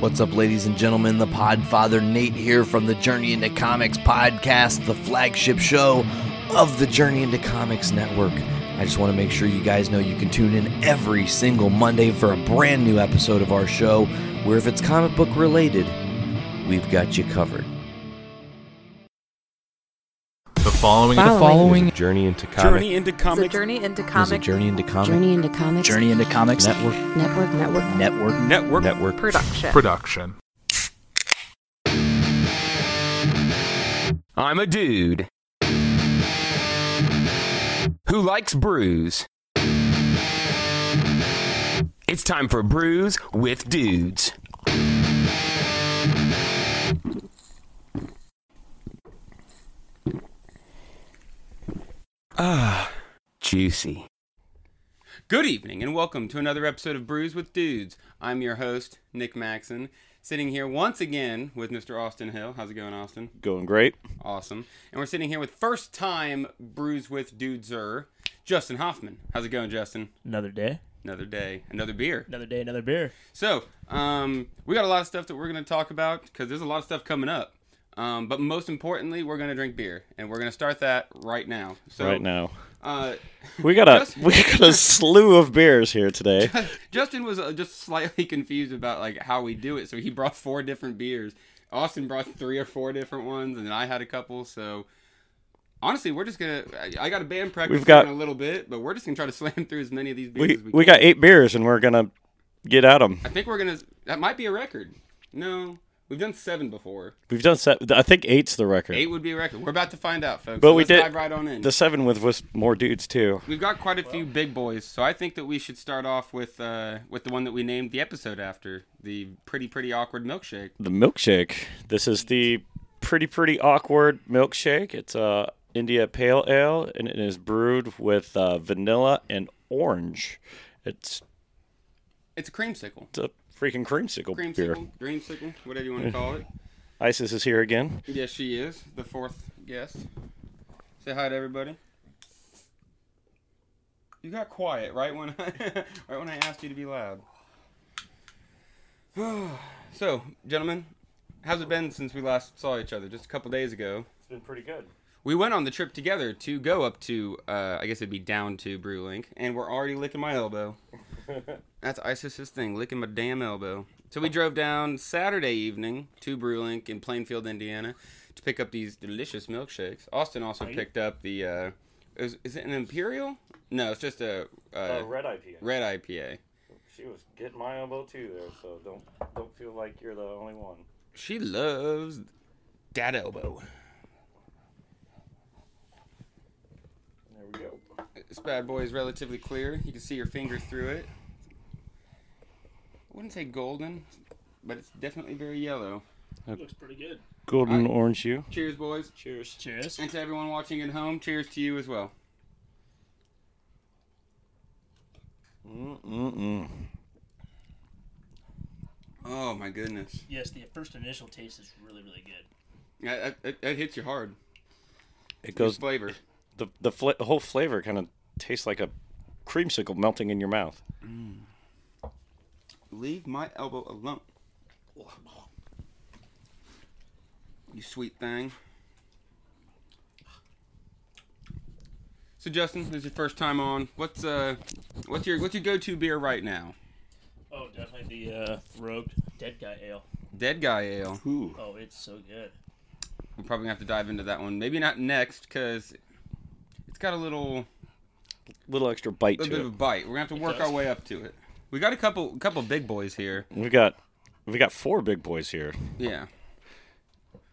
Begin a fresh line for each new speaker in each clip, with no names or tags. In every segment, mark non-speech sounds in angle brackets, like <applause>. What's up, ladies and gentlemen? The Podfather Nate here from the Journey into Comics podcast, the flagship show of the Journey into Comics Network. I just want to make sure you guys know you can tune in every single Monday for a brand new episode of our show, where if it's comic book related, we've got you covered.
The following,
The following
Journey into Comic.
Journey into
It's a
Comics
journey into
There's a
comic
Journey into Comics
Journey into Comics.
Journey into Comics
Network.
Network. Network.
Network.
Network.
Network.
production.
production.
I'm a dude who likes brews. It's time for Brews with Dudes. Ah, juicy.
Good evening and welcome to another episode of Brews with Dudes. I'm your host, Nick Maxon, sitting here once again with Mr. Austin Hill. How's it going, Austin?
Going great.
Awesome. And we're sitting here with first time Brews with Dudeser, Justin Hoffman. How's it going, Justin?
Another day,
Another day, another beer.
another day, another beer.
So, um, we got a lot of stuff that we're going to talk about because there's a lot of stuff coming up. Um, but most importantly, we're going to drink beer, and we're going to start that right now. So,
right now,
Uh,
we got a
Just-
<laughs> we got a slew of beers here today.
Justin was uh, just slightly <laughs> confused about like how we do it, so he brought four different beers. Austin brought three or four different ones, and then I had a couple. So honestly, we're just gonna. I- I got a band practice
We've got-
in a little bit, but we're just gonna try to <laughs> slam through as many of these beers
We
as we,
we
can.
got eight beers, and we're gonna get at them.
I think we're gonna. That might be a record. No, we've done seven before.
We've done set. I think eight's the record.
Eight would be a record. We're about to find out, folks.
But
So
we
let's
did-
dive right on in.
The seven with was more dudes too.
We've got quite a few big boys, so I think that we should start off with uh, with the one that we named the episode after, the pretty pretty awkward milkshake.
The milkshake. This is the pretty pretty awkward milkshake. It's a India Pale Ale, and it is brewed with uh, vanilla and orange. It's
It's a creamsicle.
a freaking creamsicle, beer.
Creamsicle, dreamsicle, whatever you want to call it.
Isis is here again.
Yes, she is the fourth guest. Say hi to everybody. You got quiet right when <laughs> I, right when I asked you to be loud. <sighs> so, gentlemen, how's it been since we last saw each other? Just a couple days ago.
It's been pretty good.
We went on the trip together to go up to, uh, I guess it'd be down to Brewlink, and we're already licking my elbow. That's Isis's thing, licking my damn elbow. So we drove down Saturday evening to Brewlink in Plainfield, Indiana, to pick up these delicious milkshakes. Austin also picked up the, uh, is, is it an imperial? No, it's just a uh,
red IPA.
red IPA.
She was getting my elbow too there, so don't don't feel like you're the only one.
She loves that elbow.
There we go.
This bad boy is relatively clear. You can see your finger through it. I wouldn't say golden, but it's definitely very yellow.
Golden orange you.
Cheers, boys.
Cheers.
Cheers.
And to everyone watching at home, cheers to you as well.
Mm-mm-mm.
Oh my goodness.
Yes, the first initial taste is really, really good.
That, that, that hits you hard.
It
Good
goes
flavor.
the the, fla- the whole flavor kind of tastes like a creamsicle melting in your mouth.
Leave my elbow alone. You sweet thing. So Justin, this is your first time on. What's uh, what's your what's your go-to beer right now?
Oh, definitely the uh, Rogue Dead Guy Ale.
Dead Guy Ale.
Ooh.
Oh, it's so good.
We're probably gonna have to dive into that one. Maybe not next because it's got a little,
Little extra bite
little bit
to
of a
it.
bite. We're gonna have to work our way up to it. We got a couple couple big boys here.
We got we got four big boys here.
Yeah.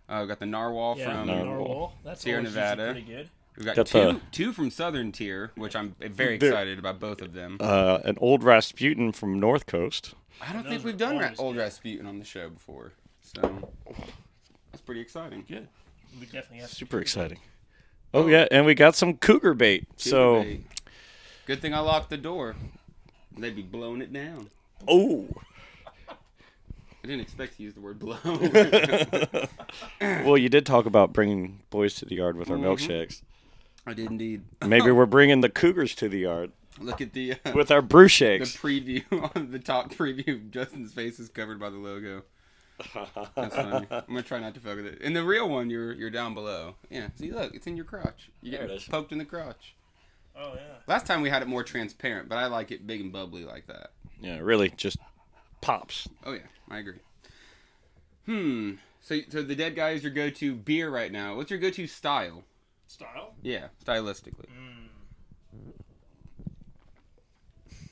Uh, we got the narwhal
Yeah,
from. uh,
Nar-
Narwhal. That's
Sierra
always
Nevada.
usually pretty good.
We got,
Got
two
the-
two from Southern Tier, which I'm very
They're-
excited about both of them.
Uh, an old Rasputin from North Coast.
I don't
those
think
are
we've done Ra-
always
Old
good.
Rasputin on the show before, so that's pretty exciting.
Good. We definitely have to
Super exciting. Oh yeah, and we got some cougar bait. so
Hey, good thing I locked the door. They'd be blowing it down.
oh,
I didn't expect to use the
<laughs>
word blow.
well, you did talk about bringing boys to the yard with our milkshakes.
I did indeed.
Maybe we're bringing the cougars to the yard
Look at the uh,
with our brew
the
shakes.
<laughs> preview on the top preview. Justin's face is covered by the logo. That's funny. I'm gonna try not to fuck with it. In the real one, you're you're down below. Yeah. See, look, it's in your crotch. You
There
get
it is.
poked in the crotch.
Oh yeah.
Last time we had it more transparent, but I like it big and bubbly like that.
Yeah, really, just pops.
Oh yeah, I agree. Hmm. So so the dead guy is your go-to beer right now. What's your go-to style?
Style?
Yeah, stylistically.
Mm.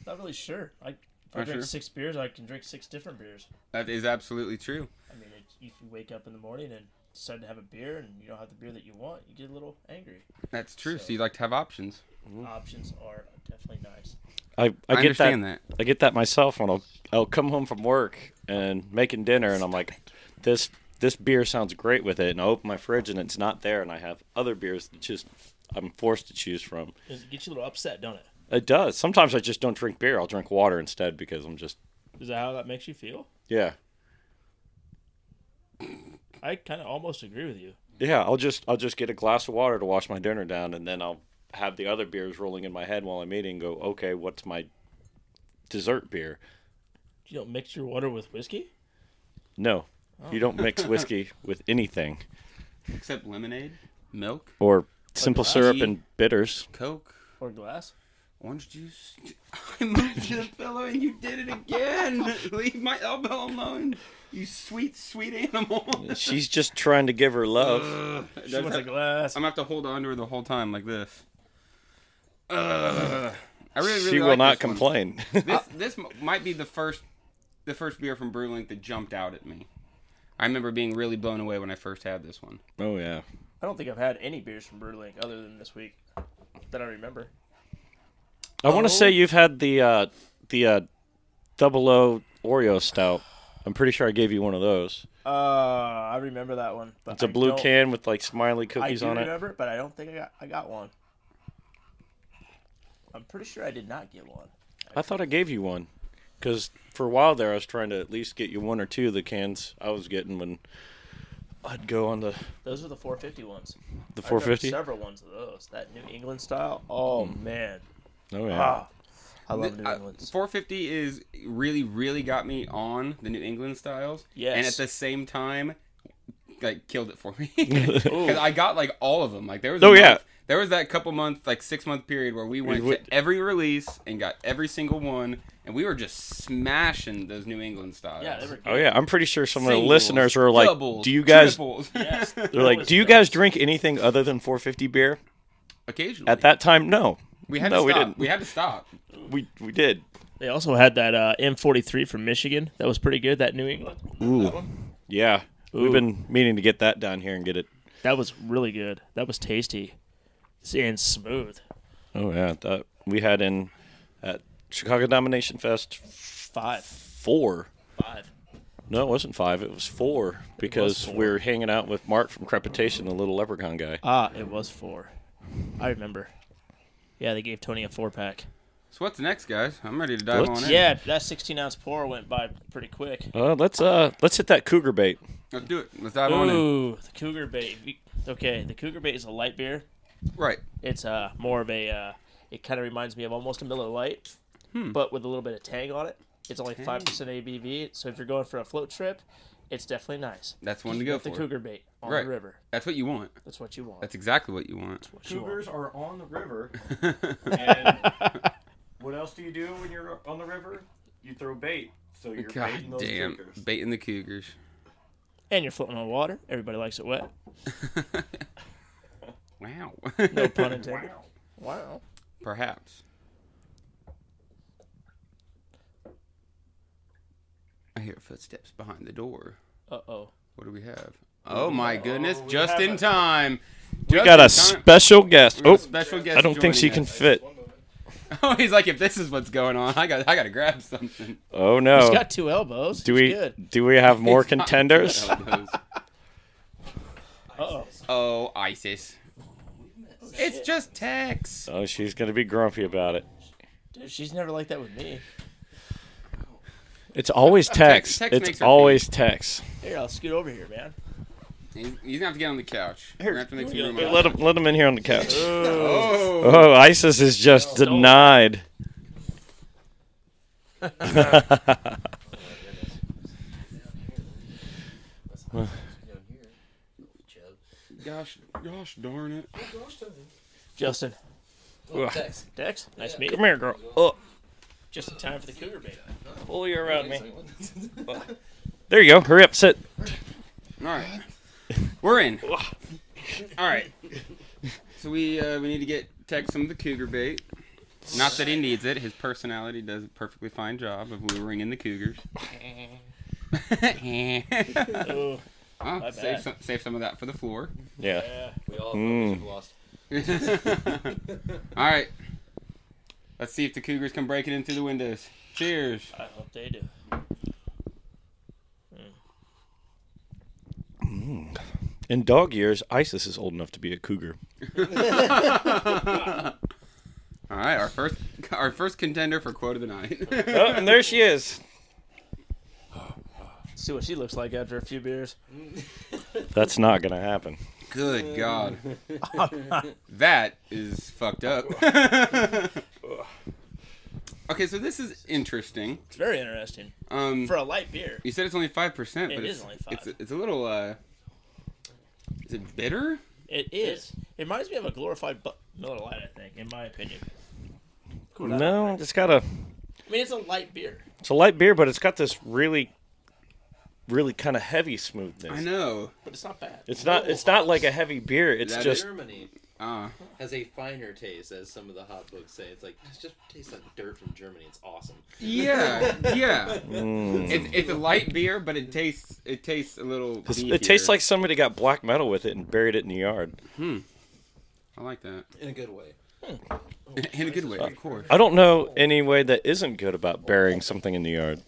Not really sure. I if I
Not
drink
sure?
six beers, I can drink six different beers.
That is absolutely true.
I mean, it, if you wake up in the morning and decide to have a beer and you don't have the beer that you want, you get a little angry.
That's true. So,
So-
you like to have options.
Options are definitely nice.
I, I,
I
get
understand
that,
that.
I get that myself when I'll, I'll come home from work and making dinner, and I'm like, this this beer sounds great with it, and I open my fridge and it's not there, and I have other beers that just I'm forced to choose from.
It gets you a little upset, don't it?
It does. Sometimes I just don't drink beer. I'll drink water instead because I'm just
Is that how that makes you feel?
yeah
I kind of almost agree with you.
yeah. I'll just I'll just get a glass of water to wash my dinner down, and then I'll have the other beers rolling in my head while I'm eating. And go okay, what's my dessert beer?
You don't mix your water with whiskey.
No,
Oh.
you don't mix
<laughs>
whiskey with anything
Except lemonade, milk,
or simple syrup
tea.
and bitters.
Coke,
Or glass.
orange juice. <laughs> I moved to the pillow and you did it
<laughs>
again. Leave my elbow alone. You sweet, sweet animal. <laughs>
She's just trying to give her love.
Does
She wants a
that-
glass.
I'm gonna have to hold on to her the whole time like this. Ugh. I really, really
she will
like
not
this one.
complain.
This, this m- might be the first, the first beer from Brewlink that jumped out at me. I remember being really blown away when I first had this one.
<laughs> oh yeah.
I don't think I've had any beers from Brewlink other than this week that I remember.
I want to
Oh.
say you've had the uh, the uh, double O Oreo stout. I'm pretty sure I gave you one of those.
Uh, I remember that one. But
It's a
I
blue
don't-
can with like smiley
I
cookies
do
on it.
remember, but I don't think I got I got one. I'm pretty sure I did not get one.
I thought I gave you one because for a while there I was trying to at least get you one or two of the cans I was getting when I'd go on the
Those are the 450 ones.
the
I remember
450. Oh
Several ones of those. That New England style. Oh man.
Mm. Oh, yeah.
Ah, I love New
Uh,
England.
450 is really, really got me on the New England styles. And at
Yes.
the same time, like killed it for
<laughs>
me <laughs> because I got like all of them. Like there was a
Oh, yeah.
month- there was that couple month, like six month period where we went
would-
to every release and got every single one, and we were just smashing those New England styles.
Yeah, they were.
Oh yeah, I'm pretty sure some of the
Singles,
listeners were like,
doubles,
"Do you guys?"
triples.
<laughs> Yes.
They're like, "Do you guys drink anything other than 450 beer?"
<laughs> occasionally
At that time, no.
we had
no,
to
we
stop.
didn't.
We had to stop.
We we did.
They also had that uh, M43 from Michigan. That was pretty good. That New England.
Ooh. Yeah. We've been meaning to get that down here and get it.
That was really good. That was tasty, and smooth.
Oh yeah, that we had in at Chicago Domination Fest
Five.
four.
Five.
No, it wasn't five. It was four because we were hanging out with Mark from Crepitation, the little leprechaun guy.
Ah, it was four. I remember. Yeah, they gave Tony a four pack.
So what's next, guys? I'm ready to dive
What's-
on in.
Yeah, that 16 ounce pour went by pretty quick.
Uh, let's uh let's hit that cougar bait.
let's do it. Let's dive on in.
Ooh, the Cougar Bait. We- Okay, the Cougar Bait is a light beer.
Right.
It's uh more of a. Uh, it kind of reminds me of almost a Miller Light,
Hmm.
but with a little bit of tang on it. It's only five percent ABV, so if you're going for a float trip, it's definitely nice.
That's one to
You
go
get the
for.
Cougar Bait on
Right.
the river.
That's what you want.
That's what you want.
That's exactly what you want.
what you want.
are on the
<laughs>
river. and what else do you do when you're on the river? You throw bait. So you're
God damn, baiting the cougars.
And you're floating on water. Everybody likes it wet.
Wow. <laughs>
No pun intended. wow.
Perhaps. I hear footsteps behind the door.
Uh oh.
What do we have? Oh my goodness! just in
have a-
time. Just
Got a
in time.
special guest.
We got a
Oh,
special guest.
I don't think she
joining
can
us.
fit.
<laughs> Oh, he's like, if this is what's going on, I got, I got to grab something.
Oh no.
He's got two elbows.
do
He's
we
Good.
do we have more
It's not-
contenders?
Uh oh.
oh, ISIS. It's just Tex.
oh, she's gonna be grumpy about it.
Dude, she's never like that with me.
It's always text.
text makes
it's
her
always text.
Here, I'll scoot over here, man.
He's, he's gonna have to get on the couch. We're gonna have to make some room.
Wait,
out.
let him let him in here on the couch.
Oh.
Oh, ISIS is just denied.
Gosh, gosh darn it.
Justin.
Dex.
Dex, nice to meet you.
Come here, girl. Oh,
Just in time for the cougar bait.
pull you around me. There you go. Hurry up. Sit.
All right, we're in. All right, so we uh, we need to get Tech some of the cougar bait. Not that he needs it; his personality does a perfectly fine job of luring in the cougars. <laughs> Huh,
Oh,
save
bad.
some, save some of that for the floor. <laughs>
Yeah.
We all
Mm.
lost.
All right, let's see if the cougars come breaking in through the windows. Cheers!
I hope they do.
In dog years, Isis is old enough to be a cougar.
All right, our first our first contender for quote of the night. <laughs>
Oh, and there she is.
See what she looks like after a few beers.
That's not gonna happen.
Good
<laughs>
God. that is fucked up. okay, so this is interesting.
It's very interesting
Um,
for a light beer.
you said it's only 5%, but
It
it's,
is only
It's,
five.
it's a little, uh, is it bitter?
It is. It reminds me of a glorified bu- Miller Lite, I think, in my opinion.
No, it's got a
I mean, it's a light beer.
it's a light beer, but it's got this really, really kind of heavy smoothness.
I know.
but it's not bad.
It's not it's not like a heavy beer. It's
That
just
Germany
Uh,
has a finer taste, as some of the hot books say. It's like it just tastes like dirt from Germany. It's awesome.
yeah, yeah.
Mm.
It's, it's a light beer, but it tastes it tastes a little.
it tastes
beefier.
like somebody got black metal with it and buried it in the yard.
I like that
In
Hmm.
a good way.
in a good way, of course.
I don't know any way that isn't good about burying something in the yard.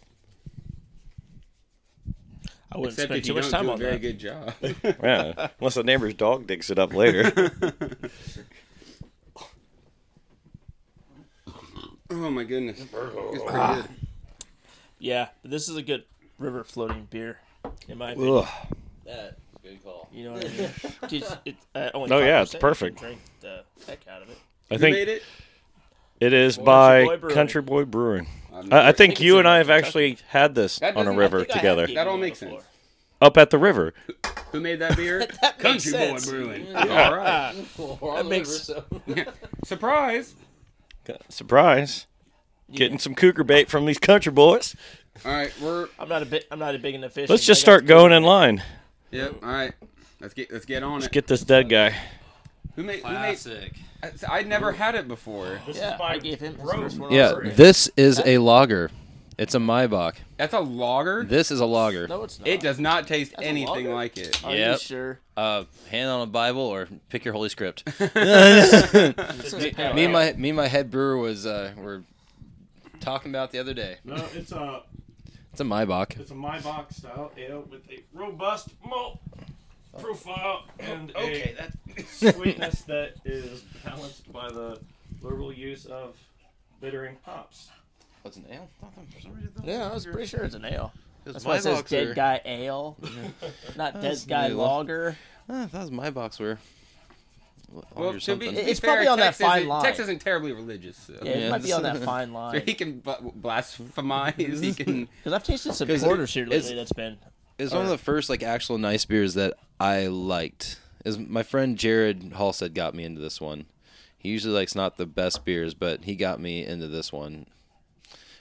I wouldn't
Except
spend
if
too
you
much
don't
time
do a
on
very
that.
good job. <laughs>
Yeah, unless the neighbor's dog digs it up later.
oh my goodness,
<laughs>
it's pretty good.
Yeah, but this is a good river floating beer, in my opinion.
Ugh.
That good call.
You know what I
<laughs>
mean? Just- it, uh, only
Oh, yeah,
5%,
it's perfect.
you can Drink the heck out of it.
I
Who made
think
it?
it is
Boy
by
Brewing.
Country Boy Brewing.
I'm
I, I
sure.
think
it's
you
in
and I have
Kentucky.
actually had this
That
on a
doesn't- I
river
think I have
together
given
That all
you one
makes
before.
sense.
up at the river.
Who made that
<laughs>
beer?
makes
Country
sense.
Boy Brewing. All
<laughs>
right.
that
makes-
<laughs> Surprise.
Surprise! Getting some cougar bait from these country boys.
All right, we're
<laughs> I'm not a bit. I'm not a big enough fish.
Let's just start going in line.
yep. All right, let's get let's get on it.
Get this dead guy.
who made? Who made
classic.
I- I'd never had it before.
This
Yeah,
is by
I gave him his
Bro.
first one.
Yeah, this is a lager. It's a Maybach.
That's a lager.
This is a lager.
No, it's not.
It does not taste
a
anything
lager?
like it.
Are you
Yep.
sure?
Uh, hand on a Bible or pick your holy script. <laughs>
This is pale
me and
ale.
my me and my head brewer was uh, were talking about the other day.
No, it's a
It's a Maybach.
it's a Maybach style ale with a robust malt profile and
Okay,
a
that's
sweetness that is balanced by the liberal use of bittering hops.
what's an ale?
Yeah, I was pretty sure it's an ale. That's why
my
it says
boxer.
dead guy ale, not dead
That's
guy
new.
lager.
Ah, I thought Maybachs were.
Well, to be, to be
It's
fair,
probably on that
Tex
fine
isn't-
line.
Tex isn't terribly religious. So.
Yeah, it might be on that
<laughs>
fine
So
line.
<laughs> he can bu-
<laughs>
blasphemize. He can.
Because I've tasted some
'Cause
porters here
it's-
lately that's been.
It's one of the first like actual nice beers that I liked. Is my friend Jared Halstead got me into this one. He usually likes not the best beers, but he got me into this one.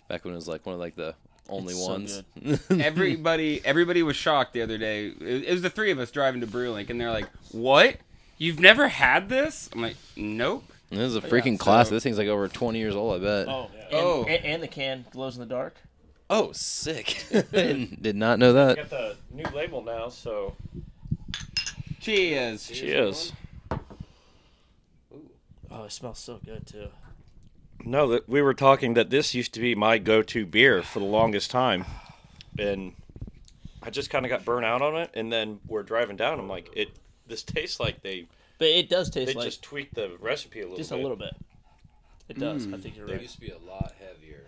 Back when it was like one of like the only
It's so
ones.
Everybody, everybody was shocked the other day. It, it was the three of us driving to Brewlink, and they're like, "What? You've never had this?" I'm like, "Nope."
this is a freaking
so-
classic. This thing's like over twenty years old, I bet.
Oh, and,
Oh.
And, and the can glows in the dark.
Oh, sick! Did not know that.
Got the new label now, so
Cheers.
Cheers.
Oh, it smells so good too.
No, that we were talking that this used to be my go-to beer for the longest time, and I just kind of got burnt out on it. And then we're driving down. I'm like, it. This tastes like they
But it does taste
they
like
just tweaked the recipe a little.
just a
bit.
little bit. It does.
mm.
I think you're
It
right.
used to be a lot heavier.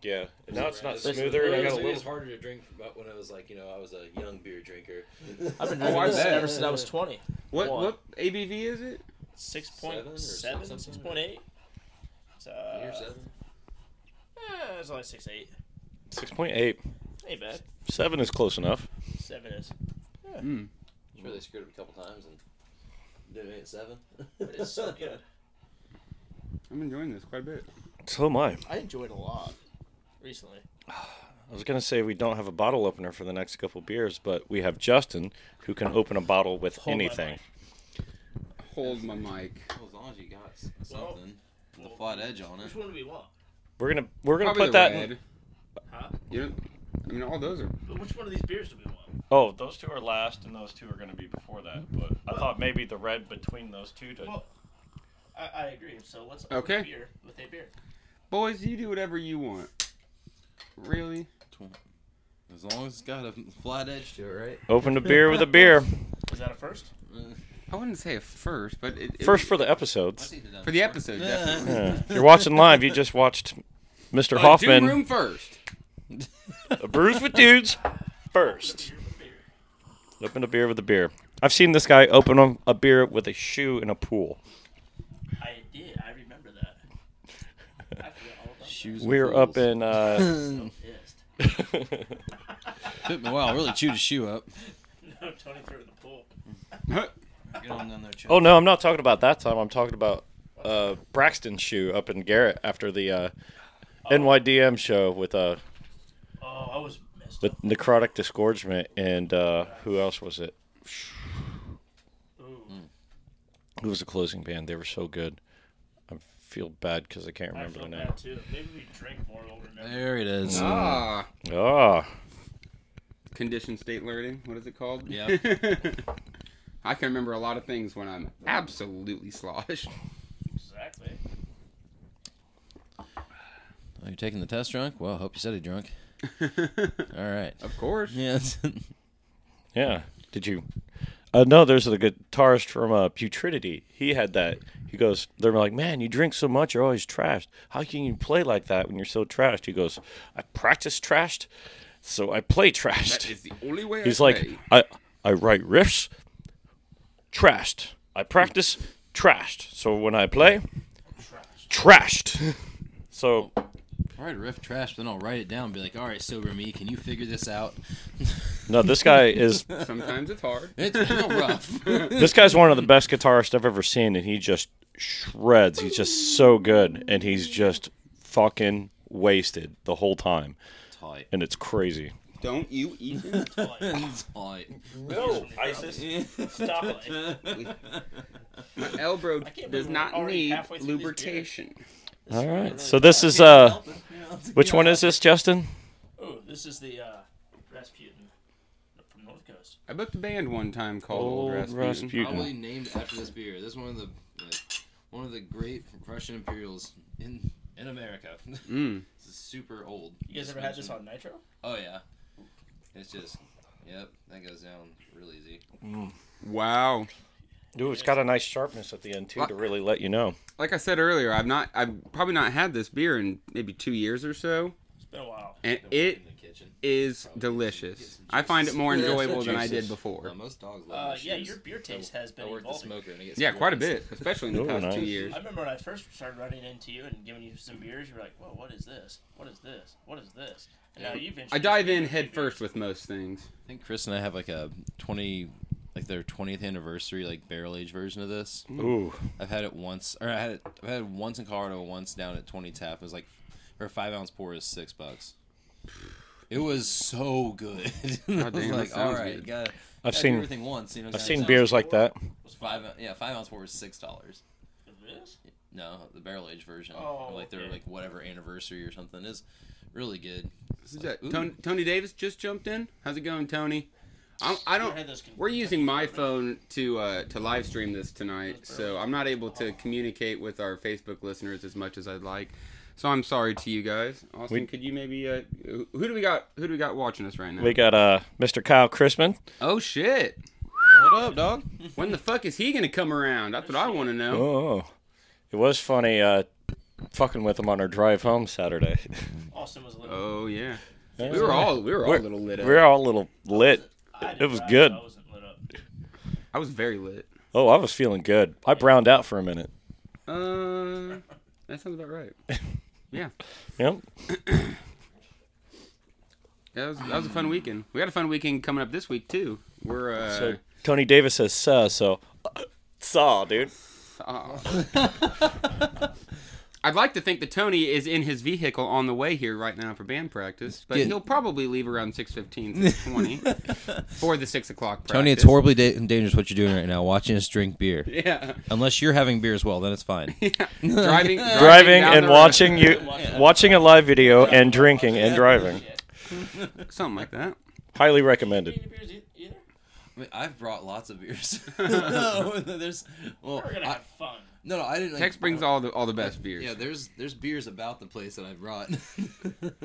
Yeah. And now it's not
It's-
smoother. And I
It
got
was,
a
it was
little.
harder to drink but when I was like, you know, I was a young beer drinker.
I've been drinking
I
this
bet.
ever since Oh, I was 20.
What
One.
what ABV is it?
Six point
Seven or
seven,
something.
six point eight. It's, uh,
Year seven.
eh, it's only six eight.
Six point eight.
Ain't bad.
Seven is close enough.
Seven is. eh,
Hmm. Sure, they screwed up a couple times and did it at
<laughs>
seven.
It's so good.
I'm enjoying this quite a bit.
So am I.
I enjoyed a lot recently.
I was gonna say we don't have a bottle opener for the next couple beers, but we have Justin who can open a bottle with
Hold my
anything.
Hold my mic.
Well, as long as you got s- something with a flat edge on it.
Which one do we want?
We're gonna we're gonna
Probably
put
the
that.
red.
In,
Huh?
You know, I mean, all those are.
But which one of these beers do we want?
oh,
Those two are last, and those two are going to be before that. But I thought maybe the red between those two. To,
Well, I, I agree. So let's
open a Okay.
beer with a beer.
Boys, you do whatever you want. Really?
As long as it's got a flat edge to it, right?
open a beer with a beer.
Is that a first?
I wouldn't say a first, but it, it
First for the episodes.
for the episode. Definitely.
Yeah. If You're watching live. You just watched Mr.
Uh,
Hoffman.
Doom room first.
A brews with dudes first. Open a beer with a beer. I've seen this guy open a- a beer with a shoe in a pool.
I did. I remember that. I forgot all about
Shoes and
We were up
poles.
in uh,
<laughs> pissed.
<laughs> Took me a while. Really chewed a shoe up.
<laughs> No, Tony threw it in the pool.
Get on down there, Chuck.
Oh no, I'm not talking about that time. I'm talking about uh, Braxton's shoe up in Garrett after the uh,
Oh.
NYDM show with uh,
Oh, I was messed
with
up.
necrotic disgorgement and uh, who else was it?
Ooh,
Mm. Who was the closing band? They were so good. I feel bad because I can't
I
remember the
felt
name.
bad too. Maybe we drink more, we'll remember.
There it
Mm.
is.
Ah,
Ah,
condition state learning. What is it called?
Yeah.
<laughs> I can remember a lot of things when I'm absolutely sloshed.
Exactly.
Oh, you're taking the test drunk? Well, hope you studied drunk. All right.
Of course.
Yeah. that's-
yeah. Did you? Uh, no, there's the guitarist from uh, Putridity. He had that. He goes, they're like, man, you drink so much, you're always trashed. How can you play like that when you're so trashed? He goes, I practice trashed, so I play trashed.
That is the only way.
He's
I
like,
play.
I I write riffs, trashed. I practice, trashed. So when I play, trashed. <laughs> So
All right, riff trash, then I'll write it down and be like, all right, sober me, can you figure this out?
<laughs> no, this guy is
<laughs> sometimes it's hard.
It's real rough.
<laughs> this guy's one of the best guitarists I've ever seen, and he just shreds. He's just so good, and he's just fucking wasted the whole time,
Tight.
and it's crazy.
Don't you, Ethan?
Tight.
no, ISIS.
Stop it.
<laughs>
My elbow
believe
does
we're
not
already
need
halfway through these
lubrication.
All right, so this is uh, which one is this, Justin?
Ooh, this is the uh, Rasputin from North Coast.
I booked a band one time called Old, Rasputin.
Probably named after this beer. This is one of the like, one of the great Russian Imperials in in America.
Mm.
this is super old.
You guys ever had this on Nitro?
Oh yeah. It's just, yep, that goes down real easy.
Wow.
Dude, it's got a nice sharpness at the end too to really let you know.
Like I said earlier, I've not, I've probably not had this beer in maybe two years or so,
It's been a while.
and it
In the kitchen.
is delicious. I find it more enjoyable than I did
Well,
before.
most dogs love
Uh,
their
yeah,
shoes.
your beer taste has been
I work the
evolving.
smoker and it gets
Yeah,
cool.
quite a bit, especially in the
Ooh,
past two
nice.
years.
I remember when I first started running into you and giving you some beers, you were like, "Whoa, what is this? What is this? What is this?" And now you've
I
introduced
dive
me
in
to
head
beers.
first with most things.
I think Chris and I have like a twenty, like their twentieth anniversary, like barrel age version of this.
Ooh,
I've had it once, or I had it, I've had it once in Colorado, once down at Twenty Tap. It was like, or a five ounce pour is six bucks. It was so good. <laughs> I
God
was
damn, that
like, all
sounds
right,
good.
gotta,
I've
gotta do
seen-
everything once. You know,
I've seen beers like that.
Was five, yeah, five ounce pour is six dollars.
This?
No, the barrel age version,
Oh,
or like their
okay.
like whatever anniversary or something is really good. It's
Who's
like,
that?
ooh.
Tony, Tony Davis just jumped in. How's it going, Tony? I'm, I don't.
had those con-
We're using my phone to uh, to live stream this tonight, so I'm not able to communicate with our Facebook listeners as much as I'd like. So I'm sorry to you guys. Austin,
We-
could you maybe? Uh, who who do we got? Who do we got watching us right now?
We got uh, Mr. Kyle Chrisman.
oh shit!
What up, dog?
When the fuck is he gonna come around? That's what I want to know.
Oh, it was funny uh, fucking with him on our drive home Saturday.
Austin was a little.
Oh yeah. <laughs> We were all we were all a little lit
we
up.
were all a little lit.
I
It was
drive,
good.
I wasn't lit up.
I was very lit.
Oh, I was feeling good. I browned out for a minute.
Uh, that sounds about right. Yeah.
Yep.
That was, that was a fun weekend. We got a fun weekend coming up this week too. We're uh,
Tony Davis says "suh," so saw, dude.
I'd like to think that Tony is in his vehicle on the way here right now for band practice, but
Yeah.
he'll probably leave around 6.15, 6.20 for the 6 o'clock practice.
Tony, it's horribly da- dangerous what you're doing right now. Watching us drink beer.
Yeah.
Unless you're having beer as well, then it's fine.
<laughs>
Driving,
Driving
down
and
the road. <laughs>
watching you, watching a live video and drinking and driving.
Something like that.
Highly recommended.
beers e- either?
I mean, I've brought lots of
<laughs>
beers. <laughs> no, there's well,
We're gonna
I,
have fun.
no, no, I didn't. Like,
Tex brings all the all
<laughs>
the best beers.
Yeah, there's there's beers about the place that I brought. <laughs> I don't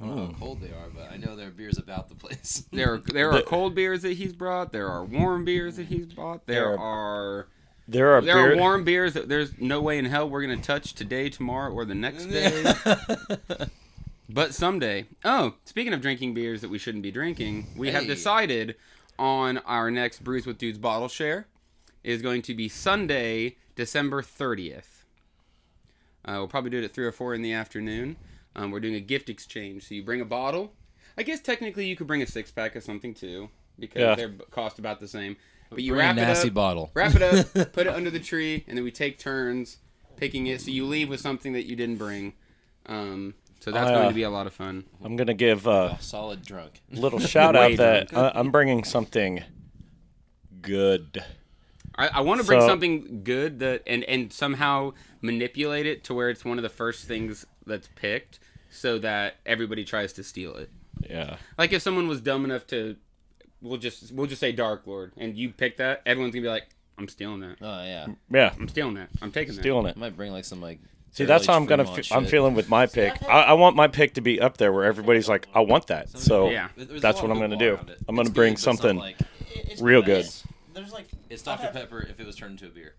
Hmm.
know how cold they are, but I know there are beers about the
<laughs>
place.
There are there are cold beers that he's brought. There are warm beers that he's brought. There
There
are
There are
there
beer.
are warm beers that there's no way in hell we're gonna touch today, tomorrow, or the
<laughs>
next day. but someday. Oh, speaking of drinking beers that we shouldn't be drinking, we have
Hey.
decided on our next Brews with Dudes bottle share is going to be Sunday, December thirtieth. Uh, we'll probably do it at three or four in the afternoon. Um, we're doing a gift exchange, so you bring a bottle. I guess technically you could bring a six pack of something too, because
Yeah.
they're b- cost about the same. But you
Bring
wrap
a nasty
it up,
bottle.
wrap it
<laughs>
up, put it under the tree, and then we take turns picking it. So you leave with something that you didn't bring. Um, so that's
I, uh,
going to be a lot of fun.
I'm gonna give a
Solid drunk. <laughs>
little shout out
Way
that I, I'm bringing something good.
I, I want to bring
so-
something good that and and somehow manipulate it to where it's one of the first things that's picked, so that everybody tries to steal it.
Yeah.
Like if someone was dumb enough to, we'll just we'll just say Dark Lord, and you pick that, everyone's gonna be like, I'm stealing that.
Oh yeah,
Yeah.
I'm stealing that. I'm taking that.
Stealing
I
it.
might bring like some like.
See, that's
barrel-aged
how I'm gonna.
Fremont
Fe- I'm
shit.
feeling with my pick. I, I want my pick to be up there where everybody's like, I want that. So
Yeah.
There's a
that's
lot
what
of
I'm gonna
hoopla
do.
around it.
I'm gonna
It's good,
bring
but it's not
something
like-
It- it's
real good.
It's, there's like
it's
I've
Dr
had-
Pepper if it was turned into a beer.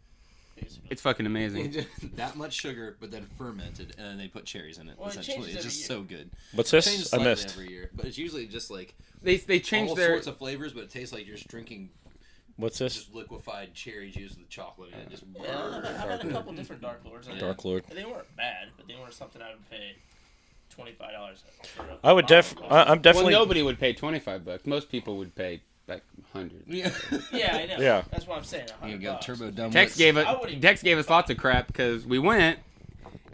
It's fucking
<laughs>
amazing.
<laughs> that much sugar, but then fermented, and then they put cherries in it.
Well, it
essentially,
changes
it's
every
just
year.
so good.
What's
It changes
this? I
slightly
missed.
every year, but it's usually just like
They they
all
changed their
sorts of flavors, but it tastes like you're just drinking
What's this?
just liquefied cherry juice with chocolate in it. Just
Yeah, I've had a
<laughs>
couple different Dark Lords. and
Dark Lord.
They weren't bad, but they weren't something I would pay twenty five dollars.
I would def. I, I'm
well,
definitely.
nobody would pay twenty five bucks. Most people would pay like hundred.
<laughs>
Yeah, I know.
Yeah.
That's what I'm saying. a
you
hundred
got
bucks.
turbo dumb.
Dex gave
I wouldn't
it.
even-
Dex gave us lots of crap because we went,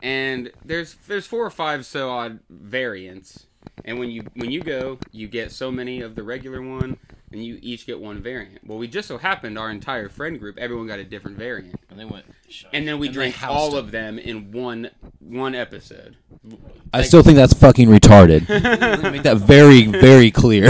and there's there's four or five so odd variants, and when you when you go, you get so many of the regular one, and you each get one variant. Well, we just so happened our entire friend group, everyone got a different variant,
and they went.
and then we
And they
drank
housed
all
them.
of them in one one episode.
I still think that's fucking <laughs> retarded. make that very, very clear.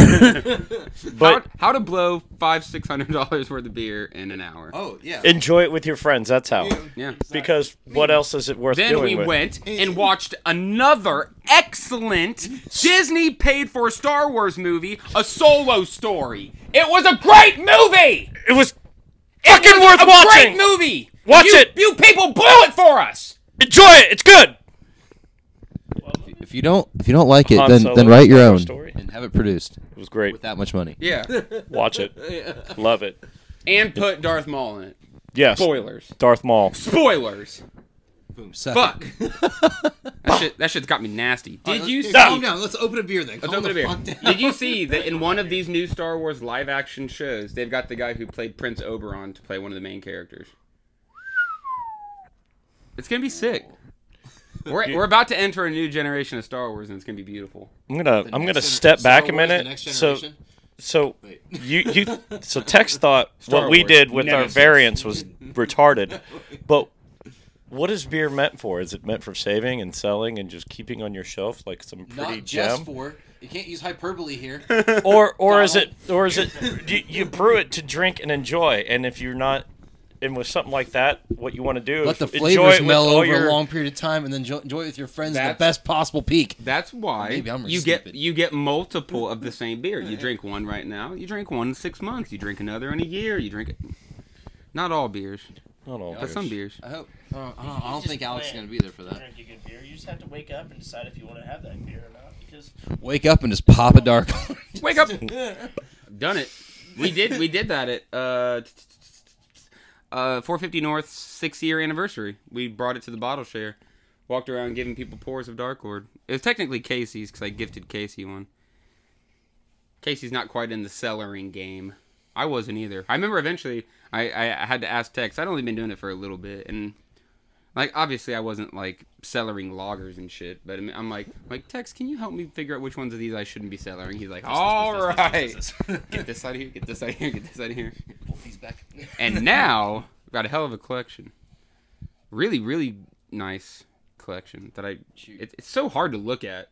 But
how, how to blow five six hundred dollars worth of beer in an hour?
oh yeah.
enjoy it with your friends. That's how.
Yeah.
Because what else is it worth
Then
doing
we
with?
went and watched another excellent Disney paid for Star Wars movie, A Solo Story. It was a great movie.
It was
It
fucking
was
worth
a
watching.
Great movie.
Watch
You-
it.
You people blew it for us.
Enjoy it. It's good.
If you don't, if you don't like it,
Han
then
Solo
then write your
Star
own
Wars story.
and have it produced
It was great.
with that much money.
Yeah.
<laughs>
<laughs>
Watch it. Love it.
and put Darth Maul in it.
Yes.
Spoilers.
Darth Maul.
Spoilers.
Boom. Suck it.
Fuck. <laughs> that, shit, that shit's got me nasty. Did you see?
Calm down. Let's open a beer then.
Let's
Calm
open a
the
beer.
fuck down.
Did you see that in one
<laughs>
of these new Star Wars live action shows, they've got the guy who played Prince Oberon to play one of the main characters? It's gonna
<laughs>
be sick. We're, we're about to enter a new generation of Star Wars, and it's gonna be beautiful.
I'm gonna
The
I'm gonna
next gener-
step
Star
back a
Wars, the
minute.
next
so
generation?
so
Wait.
you you so Tex thought
Star
what we
Wars.
did with our
Nemesis.
variants was retarded, but what is beer meant for? Is it meant for saving and selling and just keeping on your shelf like some pretty
Not
gem?
just for. You can't use hyperbole here.
or or is it or is it you, you brew it to drink and enjoy and if you're not and with something like that what you want to do
Let
is
the
enjoy
flavors
it
mellow
with all
over
your
a long period of time, and then jo- enjoy it with your friends at
That's-
the best possible peak.
That's why
Maybe I'm
you get
stupid.
you get multiple of the same beer. You drink one right now. You drink one in six months. You drink another in a year. You drink it. Not all beers,
I don't know.
but some beers.
I hope. I don't, I don't, I don't
Just
think Alex is
plan
going to be there for
to Drink
that.
a good beer. You just have to wake up and decide if you want to have that beer or not. Because
Wake up and just pop a dark.
Wake up. <laughs> Done it. We did we did that at uh t- t- t- t- uh 450 North 6 year anniversary. We brought it to the bottle share. Walked around giving people pours of Dark Lord. It was technically Casey's because I gifted Casey one. Casey's not quite in the cellaring game. I wasn't either. I remember eventually I, I had to ask Tex. I'd only been doing it for a little bit, and like obviously I wasn't like cellaring loggers and shit. But I'm- I'm like, like Tex, can you help me figure out which ones of these I shouldn't be cellaring? He's like, all right, get this side here, get this side here, get this side here.
He's back.
And now I've got a hell of a collection. Really, really nice collection that I. It, it's so hard to look at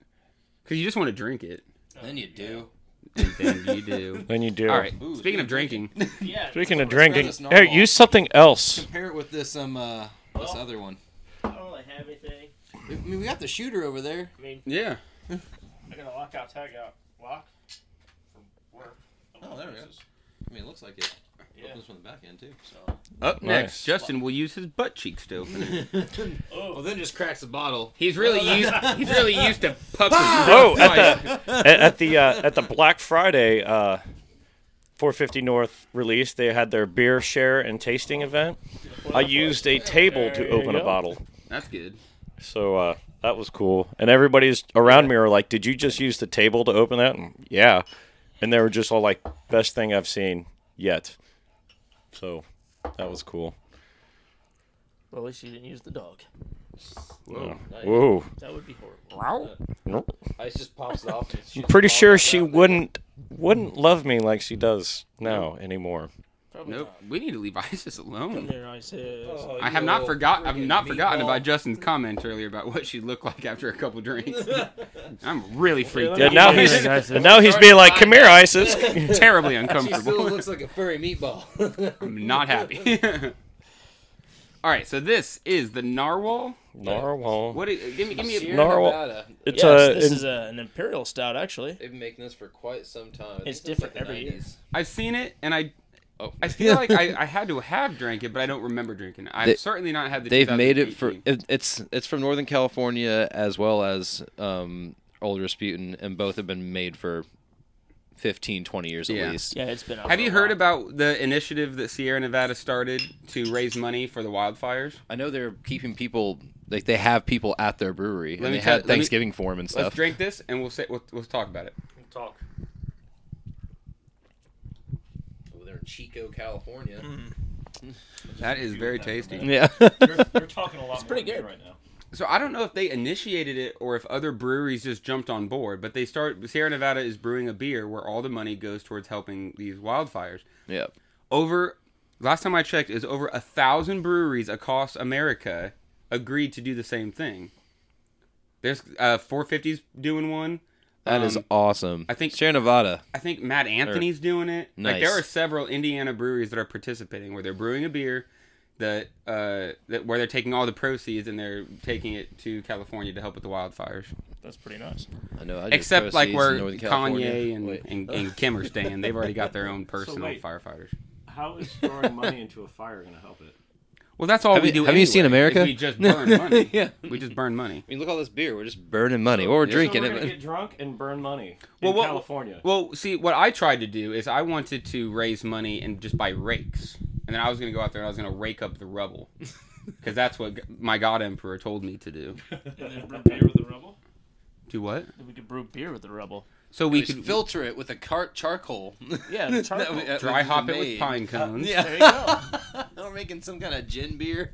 because you just want to drink it.
<laughs> Then you do.
And then you do.
Then you do.
All right. speaking of drinking,
Yeah.
Speaking of
Spread
drinking,
us normal.
hey, use something else.
Pair it with this um uh this
Well.
other one.
I don't really have anything.
I mean, we got the shooter over there.
yeah,
I got a lockout tag out. Lock. From work.
Oh, there we go. I mean, it looks like it.
Yeah.
Opens from the back end too. So.
up next,
Nice.
Justin will use his butt cheeks to open it. <laughs> Oh.
Well, then just cracks the bottle.
He's
<laughs>
really used. He's really used to puppets.
Oh, at the at, at the uh, at the Black Friday uh, 450 North release, they had their beer share and tasting event. I used a table to open a bottle,
That's good.
so uh, that was cool. And everybody's around me were like, "Did you just use the table to open that?" And, yeah, and they were just all like, "Best thing I've seen yet." So that was cool.
Well, at least you didn't use the dog.
Whoa. Whoa.
That would be horrible.
Ice just pops it off.
<laughs>
I'm pretty sure she wouldn't wouldn't love me like she does now anymore.
Probably
Nope. We need to leave <laughs> ISIS
not.
alone.
There I said.
uh,
I have not forgot. I've not forgotten about Justin's comment earlier about what she looked like after a couple drinks. I'm really freaked
Yeah,
out.
now he's and now he's being like, "Come here, ISIS."
<laughs>
<laughs>
terribly
She still
uncomfortable.
looks like a furry meatball.
I'm not happy. <laughs> All right, so this is the narwhal.
Narwhal.
What? Is, give me, give me. A,
Sierra
Narwhal.
Nevada.
It's
yes,
a
this
in-
is
uh,
a, an imperial stout, actually.
They've been making this for quite some time. I
It's
think
different
like the
every year.
90s.
I've seen it, and I.
Oh.
I feel like
<laughs>
I, I had to have drank it, but I don't remember drinking it. I've
They-
certainly not had the.
They've made it for
2018.
it, it's it's from Northern California as well as um, Old Rasputin, and both have been made for 15, 20 years
Yeah.
at least.
Yeah, it's been. Out
Have
for
you
a
heard
while.
about the initiative that Sierra Nevada started to raise money for the wildfires?
I know they're keeping people like they have people at their brewery and
Let me
they
tell-
had
let me-
Thanksgiving for 'em for them and
Let's
stuff.
drink this, and we'll say we'll, we'll talk about it.
Talk.
<laughs>
Oh, they're in Chico, California.
That is very tasty.
Yeah.
You're, you're talking a lot. It's
pretty good.
right now.
So I don't know if they initiated it or if other breweries just jumped on board, but they start Sierra Nevada is brewing a beer where all the money goes towards helping these wildfires.
yeah.
Over last time I checked is over a thousand breweries across America agreed to do the same thing. There's uh 450s doing one.
That is
Um,
awesome.
I think-
Sierra Nevada.
I think Matt Anthony's doing it. Like
Nice.
there are several Indiana breweries that are participating where they're brewing a beer that uh that where they're taking all the proceeds and they're taking it to California to help with the wildfires.
That's pretty nice.
I know. I do
Except like
proceeds in
where
Northern
Kanye and,
Wait.
and, and Kim are staying, they've already
<laughs>
got their own personal
wait.
firefighters.
How is throwing money into a fire going to help it?
Well, that's all
Have
we
you-
do.
have you seen
anyway, is
America?
We
<laughs>
just burn money.
Yeah.
We just burn money.
I mean, look at all this beer. We're just burning money, or we're
So
drinking
we're gonna
it.
get drunk and burn money in
Well, what-
California.
Well, see, what I tried to do is I wanted to raise money and just buy rakes, and then I was gonna go out there and I was gonna rake up
<laughs>
the rubble, because that's what g- my God Emperor told me to
<laughs>
do.
And then <laughs> brew beer with the rubble.
Do what?
We could brew beer with the rubble.
So we
We could
could
filter it with a cart charcoal.
<laughs> Yeah, the charcoal.
dry hop it with pine cones,
Yeah.
There you go.
We're making some kind of gin beer.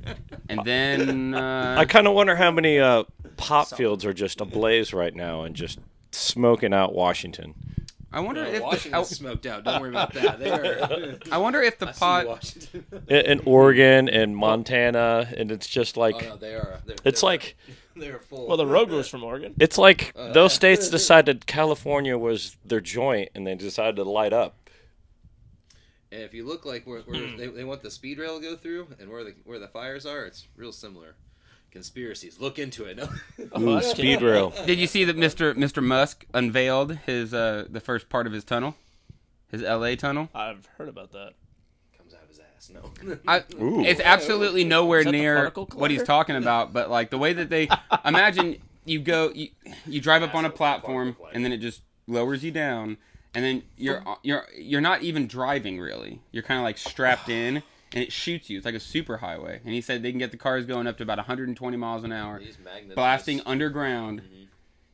<laughs>
and then uh,
I kind of wonder how many uh, pop fields are just ablaze right now and just smoking out Washington.
I wonder if the,
Washington's smoked out. Don't worry about that. They <laughs> are.
I, I wonder if the
I see
pot
Washington.
I- In Oregon and Montana, and it's just
Oh
like
no, they are. They're,
it's
they're- Uh,
like
they're full.
Well, the rogue was from Oregon.
it's like those states decided California was their joint, and they decided to light up.
And if you look like where, where they, they want the speed rail to go through and where the where the fires are, it's real similar. Conspiracies. Look into it.
Ooh,
Speed rail.
Did you see that Mr. Mr. Musk unveiled his uh the first part of his tunnel, his LA tunnel?
I've heard about that.
Comes out of his ass. No.
I, it's absolutely nowhere
that the
near
particle
what he's
collider?
talking about, but like the way that they imagine you go, you, you drive up on a platform and then it just lowers you down, and then you're you're you're not even driving really. You're kind of like strapped in. and it shoots you. It's like a super highway. And he said they can get the cars going up to about 120 miles an hour,
These magnets
blasting
just-
underground,
Mm-hmm.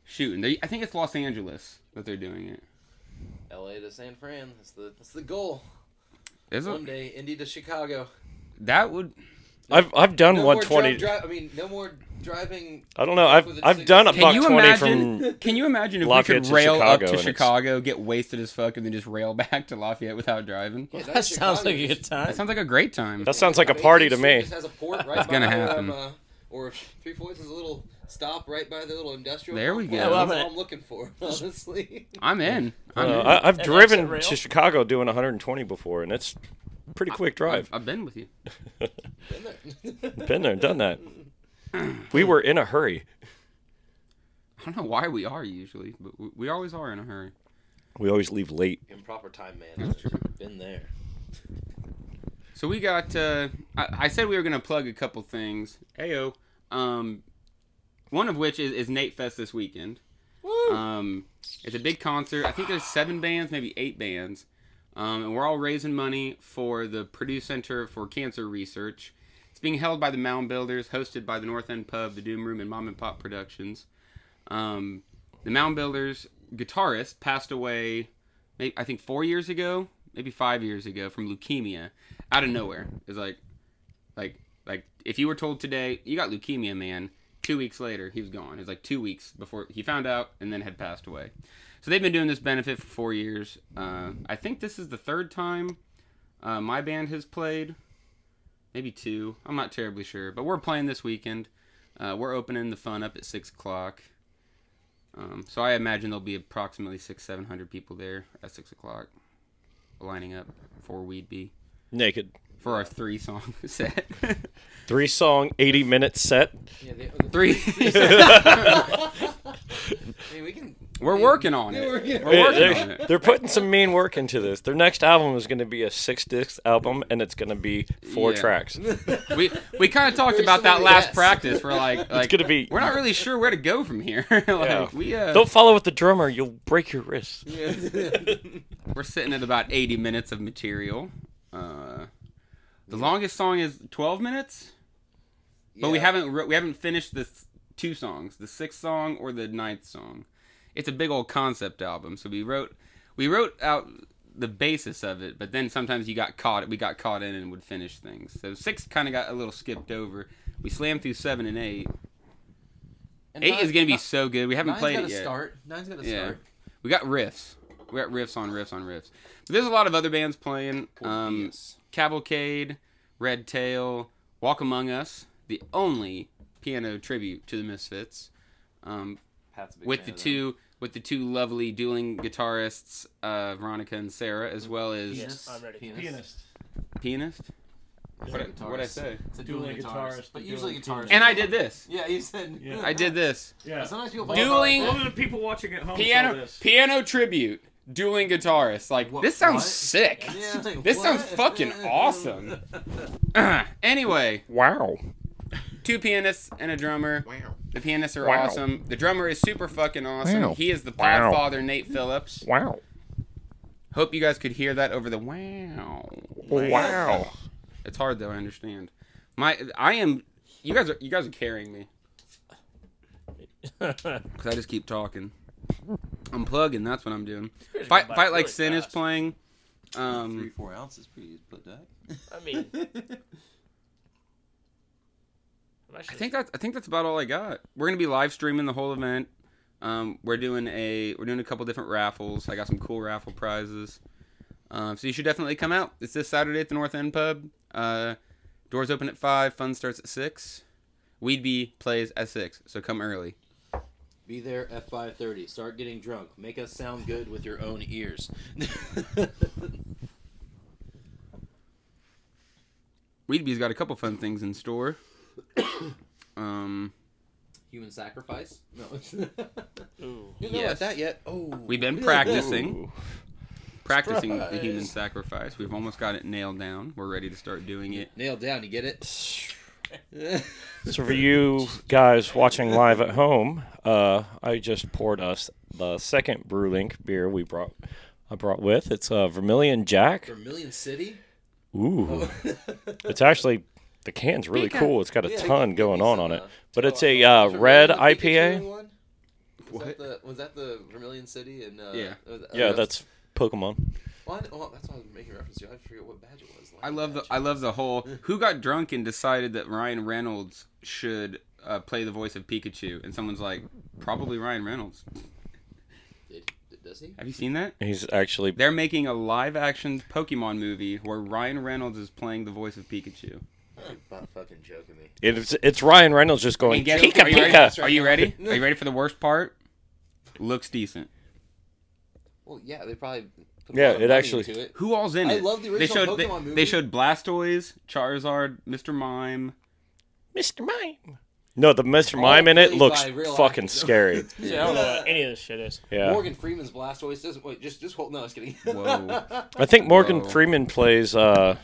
shooting. They, I think it's Los Angeles that they're doing it.
L.A. to San Fran. That's the that's the goal.
Is
One
it?
day, Indy to Chicago.
That would.
I've I've done
No more drunk
120.
dri- I mean, no more driving.
I don't know. I've
with a
I've
cigarette.
done a
Can
buck
Can you
20
imagine?
from
Can you imagine if we
Lafayette to
could rail
Chicago
up
and
to
it's-
Chicago, get wasted as fuck, and then just rail <laughs> back to Lafayette without driving?
Yeah,
<laughs> That
that's
sounds like
Chicago.
a good time.
That sounds like a great time.
That sounds like a
I mean,
party to
Three Floyds
me.
just has a port right by
gonna
where
happen.
I'm, uh, or if Three Floyds is a little stop right by the little industrial.
There we
complex.
go. Yeah, well,
I'm
That's all
gonna-
I'm looking for, <laughs> honestly.
I'm in. I'm
Uh,
in.
I, I've
An
driven
exit rail?
to Chicago doing 120 before, and it's pretty quick drive.
I've been with you.
Been there.
Been there, done that. We were in a hurry.
I don't know why we are usually, but we, we always are in a hurry.
We always leave late.
Improper time management. Been there.
So we got. Uh, I, I said we were gonna plug a couple things. Ayo. Um, one of which is, is Nate Fest this weekend. Um, it's a big concert. I think there's seven bands, maybe eight bands, um, and we're all raising money for the Purdue Center for Cancer Research. It's being held by the Mound Builders, hosted by the North End Pub, the Doom Room, and Mom and Pop Productions. Um, the Mound Builders guitarist passed away, maybe, I think four years ago, maybe five years ago, from leukemia, out of nowhere. It's like, like, like if you were told today you got leukemia, man. Two weeks later, he was gone. It was like two weeks before he found out, and then had passed away. So they've been doing this benefit for four years. Uh, I think this is the third time uh, my band has played, maybe two. I'm not terribly sure, but we're playing this weekend. Uh, we're opening the fun up at six o'clock. Um, so I imagine there'll be approximately six, seven hundred people there at six o'clock, lining up for Weed Bee
Naked.
for our three song <laughs> set.
Three song, 80 minute set.
Yeah, they,
<laughs>
three.
I mean, we can.
We're working on it.
working-
We're working
they're,
on it.
they're putting some mean work into this. Their next album is going to be a six disc album, and it's going to be four
Yeah.
tracks.
we we kind of talked
Very
about that
similar,
last
yes.
practice. We're like, like
gonna be-
We're not really sure where to go from here. <laughs> like
Yeah.
we uh,
Don't follow with the drummer; you'll break your wrists.
we're sitting at about 80 minutes of material. Uh, the longest song is 12 minutes, but we
Yeah.
haven't wr- we haven't finished the s- two songs, the sixth song or the ninth song. It's a big old concept album, so we wrote we wrote out the basis of it, but then sometimes you got caught we got caught in and would finish things. So six kind of got a little skipped over. We slammed through seven and eight.
And
Eight
nine-
is gonna be
nine-
so good. We haven't
nine's
played
gotta
it yet.
Start. Nine's got to
Yeah.
start.
We got riffs. We got riffs on riffs on riffs. But there's a lot of other bands playing. Um,
Yes.
Cavalcade, Red Tail, Walk Among Us, the only piano tribute to the Misfits, um,
Pat's a big
with
fan
the
of that.
two with the two lovely dueling guitarists, uh, Veronica and Sarah, as
Mm-hmm.
well as
Yes, I'm ready.
Penis.
Pianist.
pianist. What
Guitarist.
what I say?
It's a dueling
Dueling
guitarist,
guitarist,
but
the
usually
dueling
guitarist.
And I did this.
Yeah, you said. <laughs>
Yeah.
I did this.
Yeah.
Sometimes people
Dueling-
What were the people watching at home saw
Piano
this?
piano tribute, dueling guitarists. Like
Wha-
this sounds
what?
sick.
Yeah, like,
This
what?
sounds fucking awesome.
<laughs>
<clears throat> anyway,
Wow!
two pianists and a drummer. The pianists are awesome. The drummer is super fucking awesome.
Wow.
He is the
Wow.
podfather, Nate Phillips.
Wow!
Hope you guys could hear that over the wow.
Wow!
It's hard though, I understand. My I am you guys are you guys are carrying
<laughs>
me. Cause I just keep talking. I'm plugging, that's what I'm doing.
Here's a
Fight
comeback
Fight Like
really
Sin is
fast.
playing.
Three,
Um
four ounces, pretty put that.
I mean, I'm
I
actually-
think that's I think that's about all I got. We're gonna be live streaming the whole event. Um, we're doing a we're doing a couple different raffles. I got some cool raffle prizes. Um, so you should definitely come out. It's this Saturday at the North End Pub. Uh, doors open at five. Fun starts at six. Weed Bee plays at six, so come early.
<laughs> Be there at 5:30. Start getting drunk. Make us sound good with your own ears. <laughs>
Weed Bee's got a couple fun things in store. um,
Human sacrifice? No. you
Ooh.
don't know
Yes.
about that yet. Oh.
we've been practicing, practicing the human sacrifice. We've almost got it nailed down. We're ready to start doing it.
Nailed down. You get it?
So for you guys watching live at home, uh, I just poured us the second BrewLink beer we brought. I brought with it's a uh, Vermilion Jack.
Vermilion City? <laughs>
Ooh. it's actually the can's really
Pika.
cool. It's got a
Yeah,
ton
give
going
me
on
some,
on it.
uh,
But
tell
it's a
us.
uh,
Is it
red
really the Pikachu
IPA.
one? Was that the was that the Vermilion City and uh,
Yeah.
uh,
Yeah, that's Pokemon.
Well, I know- well, that's what I was making reference to. I forget what badge it was.
I love the I love the whole
Mm.
who got drunk and decided that Ryan Reynolds should uh, play the voice of Pikachu, and someone's like, probably Ryan Reynolds.
Did, did- does he?
Have you seen that?
He's actually
They're making a live action Pokemon movie where Ryan Reynolds is playing the voice of Pikachu.
You're not fucking joking me.
it's it's Ryan Reynolds just going
And guess,
Pika
are, you
Pika.
ready, are you
<laughs>
ready? Are you ready for the worst part? Looks decent.
Well, yeah, they probably. Put
Yeah,
a lot of
it
money
actually-
into it.
Who all's in
I
it?
love the
they
original
showed, they,
Pokemon movie.
They showed Blastoise, Charizard, Mr. Mime.
Mr. Mime. No, the Mr. Mime in it
played
looks
by real
fucking
actors. <laughs>
scary.
See, I don't know what Uh, any of this shit is.
Yeah.
Morgan Freeman's Blastoise doesn't. Wait, just just hold. No, I was kidding. <laughs>
Whoa.
I think Morgan
Whoa.
Freeman plays uh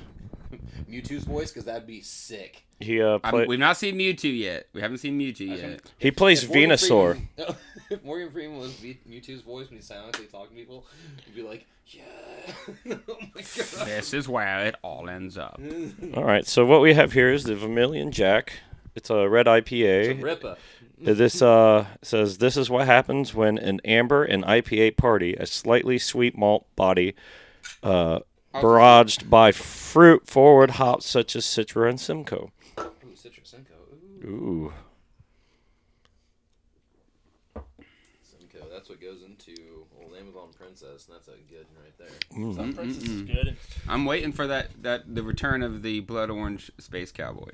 Mewtwo's voice, because that'd be sick.
he uh
I'm-
play,
we've not seen Mewtwo yet. We haven't seen Mewtwo yet.
he plays
If Morgan
Venusaur.
Freeman- if Morgan Freeman was V- Mewtwo's voice when he silently talked to people, he'd be like, "Yeah." oh my god.
This is where it all ends up.
All right, so what we have here is the Vermilion Jack. It's a red IPA.
Ripa.
This uh, says this is what happens when an amber and IPA party, a slightly sweet malt body, uh, barraged by fruit forward hops such as Citra and Simcoe.
Ooh, Citrus Senko. Ooh,
Ooh,
Senko. That's what goes into old Amazon Princess, and that's a good one right there. Some princess is good.
Good.
I'm waiting for that, that the return of the blood orange space cowboy.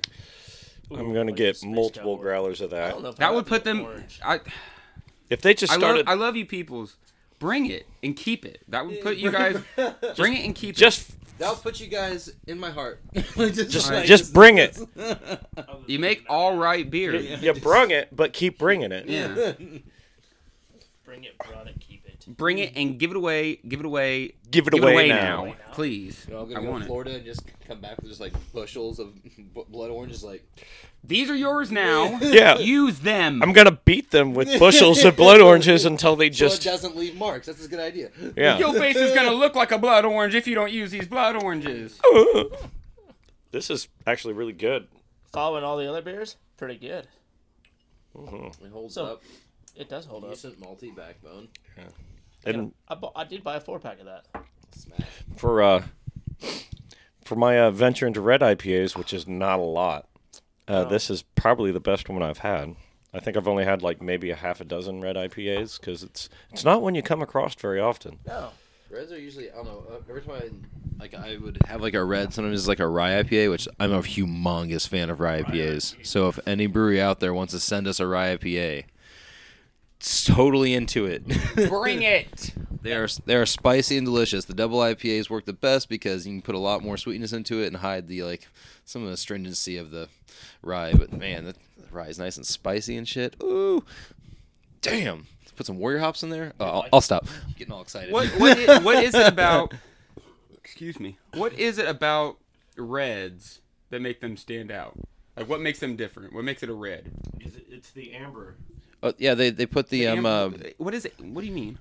I'm gonna
Ooh,
get
Space
multiple
Cowboy.
growlers of
I
that.
don't know if
That
I'd
would
be
put them.
orange.
I,
If they just
I love
started
I love you peoples. Bring it and keep it. That would put you guys. Bring it and keep
just
That'll put you guys in my heart. <laughs> just, like,
just bring
<laughs>
it.
it. You make all right beer. Yeah.
You brung it, but keep bringing it.
Bring it, brought it, keep it.
Bring it and give it away. Give it away.
Give it
Give
away,
it away
now.
now, please.
I'm
I
gonna go
want
to
it.
Florida and just come back with just like bushels of b- blood oranges. Like,
These are yours now.
<laughs>
Yeah.
Use them.
I'm gonna beat them with bushels of blood oranges until they
just
just
so it doesn't leave marks. That's a good idea.
yeah.
Your face is gonna look like a blood orange if you don't use these blood oranges.
This is actually really good.
Following all the other beers, pretty good.
It holds
So-
up.
It does hold up.
Decent malty backbone.
And
I, bought, I did buy a four pack of that.
Smash.
for uh for my uh, venture into red IPAs, which is not a lot, uh, this is probably the best one I've had. I think I've only had like maybe a half a dozen red IPAs because it's it's not one you come across very often.
No.
Reds are usually I don't know. uh, Every time I like I would have like a red. Sometimes it's like a rye IPA, which I'm a humongous fan of rye IPAs. So if any brewery out there wants to send us a rye IPA, it's totally into it. <laughs>
Bring it.
they are they are spicy and delicious. The double IPAs work the best because you can put a lot more sweetness into it and hide the like some of the stringency of the rye. But man, that the rye is nice and spicy and shit. Ooh, damn. Put some warrior hops in there. Oh, I'll, I'll stop. Getting all excited.
What what is, what is
<laughs>
it about? Excuse me. What is it about reds that make them stand out? Like what makes them different? What makes it a red?
Is it- It's the amber.
Oh, yeah, they, they put the, um uh,
Amber- what is it? What do you mean?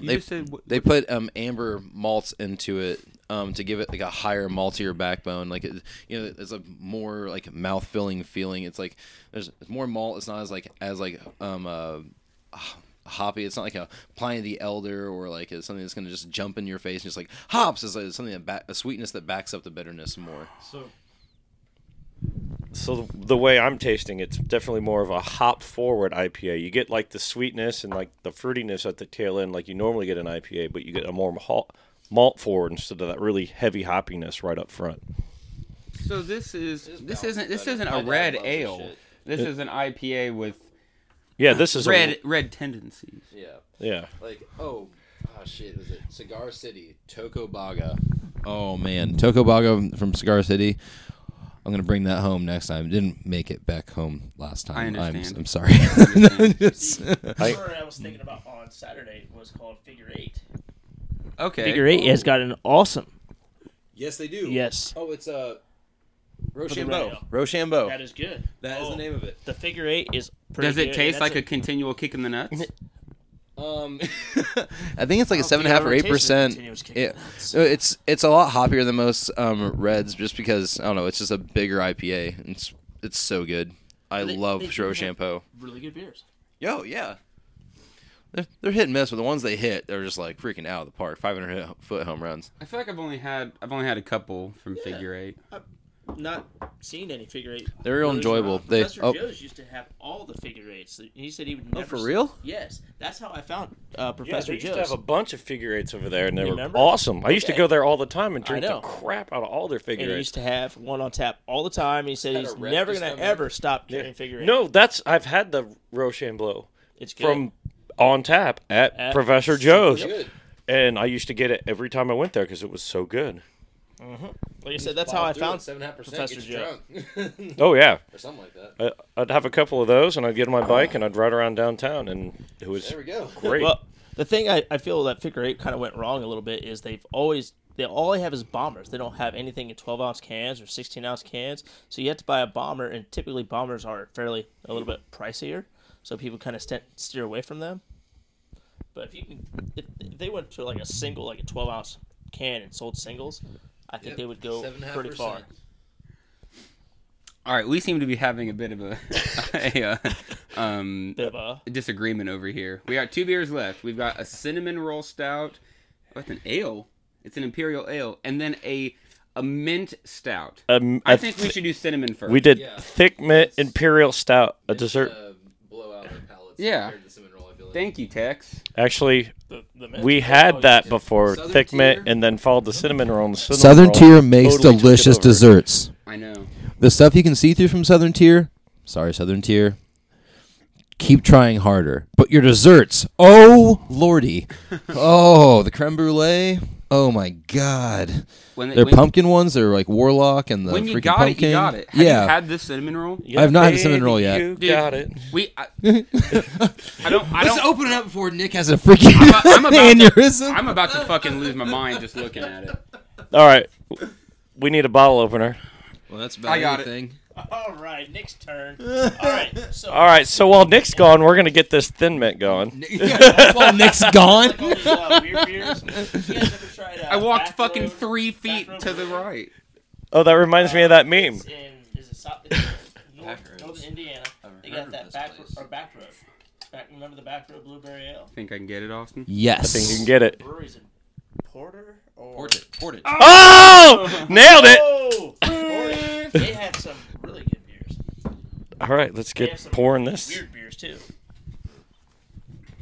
You
they,
just said what,
they put um amber malts into it um to give it like a higher maltier backbone. Like it, you know, there's a more like mouth filling feeling. It's like there's more malt. It's not as like as like um uh h- hoppy. It's not like a Pliny the Elder or like it's something that's gonna just jump in your face and just like hops is like something that back, a sweetness that backs up the bitterness more.
So
So the, the way I'm tasting, it's definitely more of a hop forward IPA. You get like the sweetness and like the fruitiness at the tail end, like you normally get an IPA, but you get a more malt, malt forward instead of that really heavy hoppiness right up front.
so this is this isn't this
better.
isn't
My
a
dad
red
loves this
ale.
shit.
This is an IPA with
Yeah, this is a-
red red tendencies.
Yeah.
yeah,
like oh, oh shit was it cigar city tokobaga oh man tokobaga from cigar city i'm gonna bring that home next time didn't make it back home last time
I
i'm,
understand.
I'm sorry <laughs>
<laughs>
The brewer I was thinking about on Saturday was called Figure Eight.
Okay.
Figure Eight has got an awesome.
yes they do
Yes.
oh it's uh
Rochambeau.
Rochambeau. Rochambeau.
That is good.
That is
Oh,
the name of it.
The figure eight is pretty
Does it
good.
taste
<laughs>
That's
like a, continual kick in the nuts?
Um, I think it's like a seven and a half or eight
rotation
percent.
continues kicking
Yeah, So it's it's a lot hoppier than most um, reds, just because I don't know. It's just a bigger IPA. and It's it's so good. I
They-
love
they
Shiro
do have
Shampoo.
Really good beers.
Yo, yeah. They're, they're hit and miss, but the ones they hit, they're just like freaking out of the park. 500 hit- foot home runs.
I feel like I've only had I've only had a couple from Figure Eight.
Not seen any figure eight.
They're real
brewers
enjoyable.
around.
They-
Professor
oh.
Joe's used to have all the figure eights. He said he would. Never
for real?
Yes, that's how I found uh,
Yeah,
Professor
they used to
Joe's.
have a bunch of figure eights over there, and they
Remember?
were awesome. I used to
Okay.
go there all the time and drink the
know.
crap out of all their figure
and he
eights.
used to have one on tap all the time. He said he's
a rep
never
just
gonna
come in.
ever stop drinking figure eight.
No, that's I've had the Rochambeau
it's good.
from on tap at,
At
Professor
Super
Joe's,
Joe's.
and I used to get it every time I went there because it was so good.
like I said, that's how I found
seven and a half
Professor Joe.
Oh yeah,
or something like that.
I, I'd have a couple of those, and I'd get on my bike and I'd ride around downtown, and it was
go.
<laughs> great.
Well, the thing I, I feel that figure eight kind of went wrong a little bit is they've always they all they have is bombers. They don't have anything in twelve ounce cans or sixteen ounce cans. So you have to buy a bomber, and typically bombers are fairly a little bit pricier, so people kind of st- steer away from them. But if you can, if, if they went to like a single, like a twelve ounce can and sold singles, I think they would go pretty far.
All right, we seem to be having a bit of a, <laughs> a uh, um,
Bit of a
disagreement over here. We got two beers left. We've got a cinnamon roll stout. What's an ale? It's an imperial ale, and then a a mint stout.
Um,
I
I
think
th-
we should do cinnamon first.
we did thick mint imperial stout, a dessert.
uh, blow out their pallets.
Yeah. compared
Thank
Thank you, Tex.
Actually,
the, the mint-
we
Oh,
had that
yeah.
before
Southern
thick mint,
Tier?
and then followed the cinnamon roll. And the cinnamon
Southern
roll
Tier makes
totally took it
delicious
over.
desserts.
I know.
The stuff you can see through from Southern Tier, sorry, Southern Tier, keep trying harder. But your desserts, oh
<laughs>
lordy. oh, the creme brulee. Oh my god.
When
Their
when,
pumpkin ones are like Warlock and the
when you
freaking
got
pumpkin.
it, you got it. Have
yeah.
you had this cinnamon roll?
I have not had a cinnamon
Baby,
roll yet.
You
Dude.
got it.
We. I, I don't. I don't.
open it up before Nick has a freaking
I'm about to-
aneurysm.
I'm about to fucking lose my mind just looking at it.
All right, we need a bottle opener.
Well, that's about
I got it.
everything.
All right,
<laughs>
Nick's turn. All right, so
All right, so while Nick's gone, we're gonna get this thin mint going.
While Nick's gone.
all these, uh, weird beers. You guys ever tried, uh,
I walked
Back
fucking
Road?
three feet
road
to the
beer?
right.
Oh, that reminds me of that meme. <laughs>
It's in is it South, it's north, northern Indiana. They got that back or back road. Back, remember the back road blueberry ale?
Think I can get it, Austin?
Yes.
I think you can get it.
Breweries in Porter or
Portage.
Oh, nailed it!
Oh, Porter. They had some really good beers.
All right, let's
Yeah,
get
some
pouring this.
Weird beers too.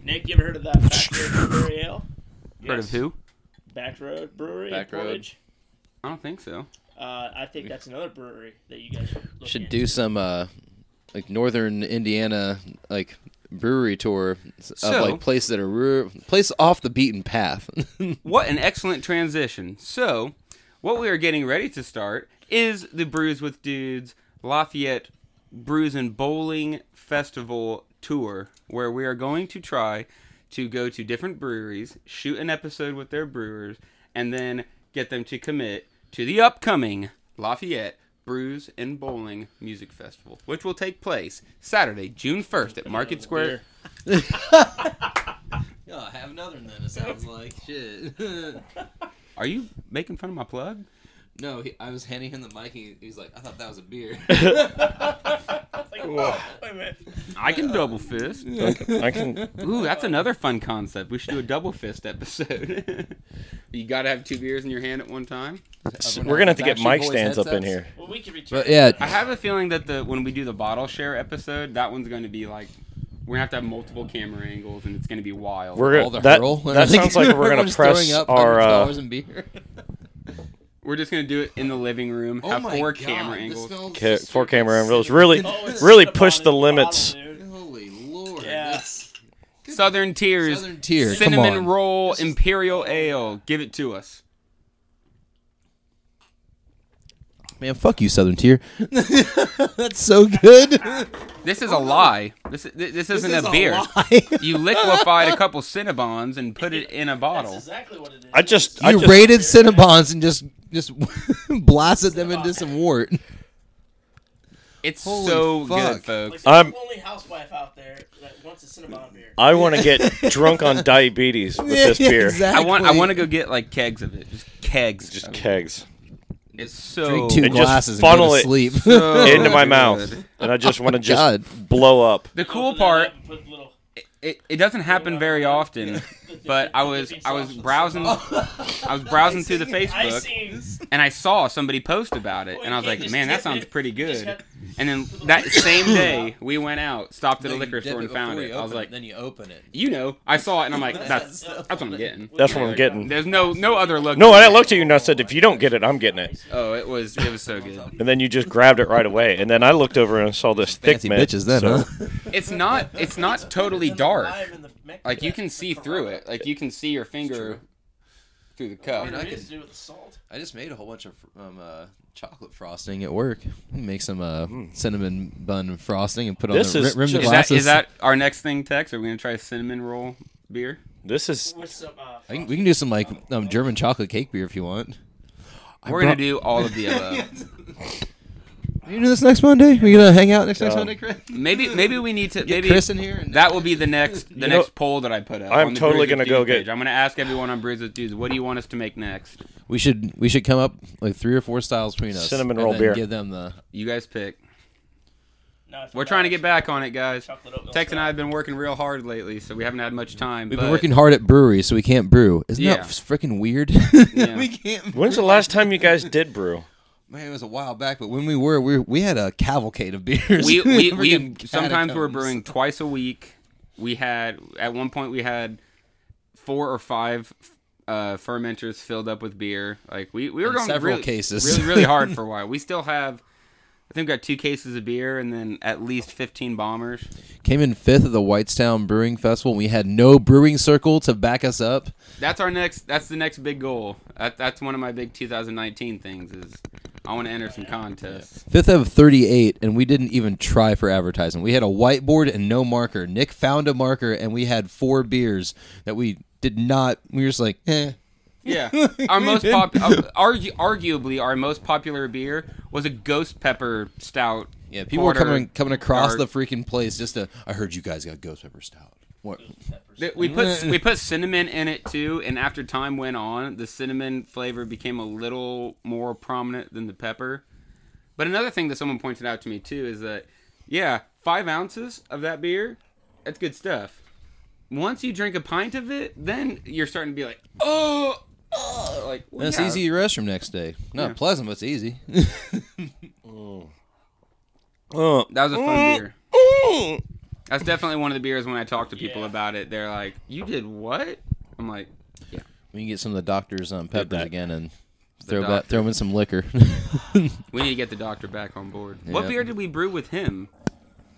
Nick, you ever heard of that back road blueberry
<laughs>
ale?
Heard of who?
Back road brewery. in
Back Road.
Portage?
I don't think so.
Uh, I think that's another brewery that you guys should, look
Should
into. <laughs>
do some uh, like northern Indiana like brewery tour s- of
So-
like places that are re- place off the beaten
<laughs>
path.
What an excellent transition. So, what we are getting ready to start is the Brews with Dudes Lafayette Brews and Bowling Festival tour, where we are going to try to go to different breweries, shoot an episode with their brewers, and then get them to commit to the upcoming Lafayette Brews and Bowling Music Festival, which will take place Saturday, June 1st at Market Square.
oh, have another then. It sounds like shit.
Are you making fun of my plug?
no, he, I was handing him the mic. And he's like, I thought that was a beer.
oh, Wait a minute.
I can double fist.
<laughs>
I can.
Ooh, that's another fun concept. We should do a double fist episode. <laughs> you gotta have two beers in your hand at one time.
We're gonna have to get
Actually,
mic
boys,
stands up in
headsets?
here.
Well, we could return.
But yeah,
I have a feeling that the when we do the bottle share episode, that one's gonna be like we're gonna have to have multiple camera angles and it's gonna be wild.
We're
all the
gonna. That,
hurl.
that sounds like we're gonna
Everyone's
press
throwing up
our.
hundreds of
Uh,
dollars in beer.
We're just gonna do it in the living room. have
my
four
God,
camera
this
angles.
smells
ca-
just
four camera
freaking
angles. Really,
Oh, it's
really
cinnamon
push
in
the
bottle,
limits.
dude.
Holy lord.
Yeah.
That's
Southern Tears,
Southern tier.
cinnamon
Come on.
roll, imperial ale. Give it to us.
Man, fuck you, Southern Tier. <laughs> That's so good.
This is a lie. This is, Oh, this isn't
is
a
a
beer.
lie.
you liquefied a couple Cinnabons and put it in a
That's
bottle.
exactly what it is.
I just. I
you
just
raided Cinnabons and just just blasted them into some wort.
It's
Holy
so
fuck.
good, folks.
Like,
I'm-
I'm the only housewife out there that wants a Cinnabon beer.
I want to get drunk on diabetes with this beer.
I want I want to <laughs> go get like kegs of it, just kegs,
Just
of it.
kegs
It's so
Drink two
And just
glasses Oh. and
funnel
go
Oh.
to
it
sleep.
so
into my
<laughs> good.
mouth, and I just want to just
God.
blow up.
The cool
Open that
part,
up and put little-
it, it doesn't happen very often, but I was I was browsing I was browsing through the
I
Facebook
seen
and I saw somebody post about it and I was
you can't
like,
just
man, that
dip
sounds
it.
pretty
just
good.
have-
And then that
<laughs>
same day we went out, stopped at a
You
liquor
dip
store and
before
found
you
it. I was
open
like,
Then you open it.
you know, I saw it and
<laughs>
I'm like, that's that's what I'm getting.
That's what I'm getting.
There's no no other look.
No, and I looked at you and I said, "If you don't get it, I'm getting it."
Oh, it was it was so good.
And then you just grabbed it right away. And then I looked over and saw this thick
Fancy
man.
bitches then,
so-
huh?
It's not it's not totally
in the
dark.
lime and the Mexican-
Like you can see through it. Like you can see your finger through the cup.
I
It
can-
is to do with the salt.
I just made a whole bunch of um, uh, chocolate frosting at work. Make some uh,
Hmm.
cinnamon bun frosting and put on
This
the
is
rim the
just-
Is that
glasses.
is that our next thing, Tex? Are we gonna try cinnamon roll beer?
This is
With some, uh,
I can, we can do some like um, German chocolate cake beer if you want.
We're gonna do all of the
<laughs>
above.
You do this next Monday? We gonna hang out next next
Um,
Monday, Chris?
maybe maybe we need to
Get
maybe
Chris in here. And
that will be the next the
know,
next poll that I put up.
I'm
on the
totally
Brews
gonna
with
go
Dudes
get-
page. I'm gonna ask everyone on Brews with Dudes, what do you want us to make next?
We should we should come up like three or four styles between us.
Cinnamon
and
roll
then
beer.
Give them the
You guys pick.
no, it's
We're
not
trying to
bad.
get back on it, guys.
Chocolate oatmeal
Tex and I
syrup.
have been working real hard lately, so we haven't had much time.
We've
but-
been working hard at breweries, so we can't brew. Isn't
Yeah.
that freaking weird? <laughs>
<laughs>
<laughs>
Yeah.
we can't.
when's the last time you guys did brew?
Man, it was a while back, but when we were, we, we had a cavalcade of beers. <laughs>
we, we, we
Freaking
sometimes we were
catacombs.
brewing twice a week. We had at one point we had four or five uh, fermenters filled up with beer. Like we, we were
In
going
several
really,
cases.
really
<laughs>
really hard for a while. We still have. I think we got two cases of beer and then at least fifteen bombers.
Came in fifth at the Whitestown Brewing Festival. and We had no brewing circle to back us up.
That's our next. That's the next big goal. That, that's one of my big 2019 things. Is I want to enter some contests.
Fifth out of 38, and we didn't even try for advertising. We had a whiteboard and no marker. Nick found a marker, and we had four beers that we did not. We were just like, eh. <laughs>
Yeah, our most pop, uh, argu- arguably our most popular beer was a ghost pepper stout.
Yeah, people were
porter
coming coming across
dark.
the freaking place just to. I heard you guys got ghost pepper stout. What?
Th-
<laughs>
We put we put cinnamon in it too, and after time went on, the cinnamon flavor became a little more prominent than the pepper. But another thing that someone pointed out to me too is that, yeah, five ounces of that beer, that's good stuff. Once you drink a pint of it, then you're starting to be like, oh, oh like well,
That's
yeah.
easy to restroom next day. Not pleasant, but it's easy. <laughs>
Uh,
That was a fun beer.
Mm-hmm.
That's definitely one of the beers when I talk to people about it. They're like, "You did what?" I'm like,
We can get some of the doctor's um, peppers
that.
again and throw back,
doctor.
throw in some liquor.
<laughs> "We need to get the doctor back on board." What
Yeah.
beer did we brew with him?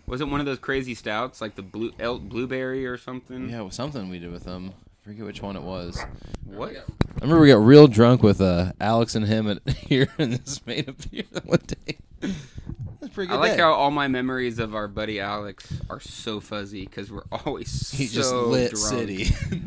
Was it one of those crazy stouts, like the blue el- blueberry or something?
yeah, well, something we did with them. I forget which one it was. I
What?
remember we got real drunk with uh, Alex and him at, <laughs> here and this made a beer that one day. That's a pretty
I
good.
like
day.
how all my memories of our buddy Alex are so fuzzy because we're <laughs> always
he
so
just lit
drunk,
city.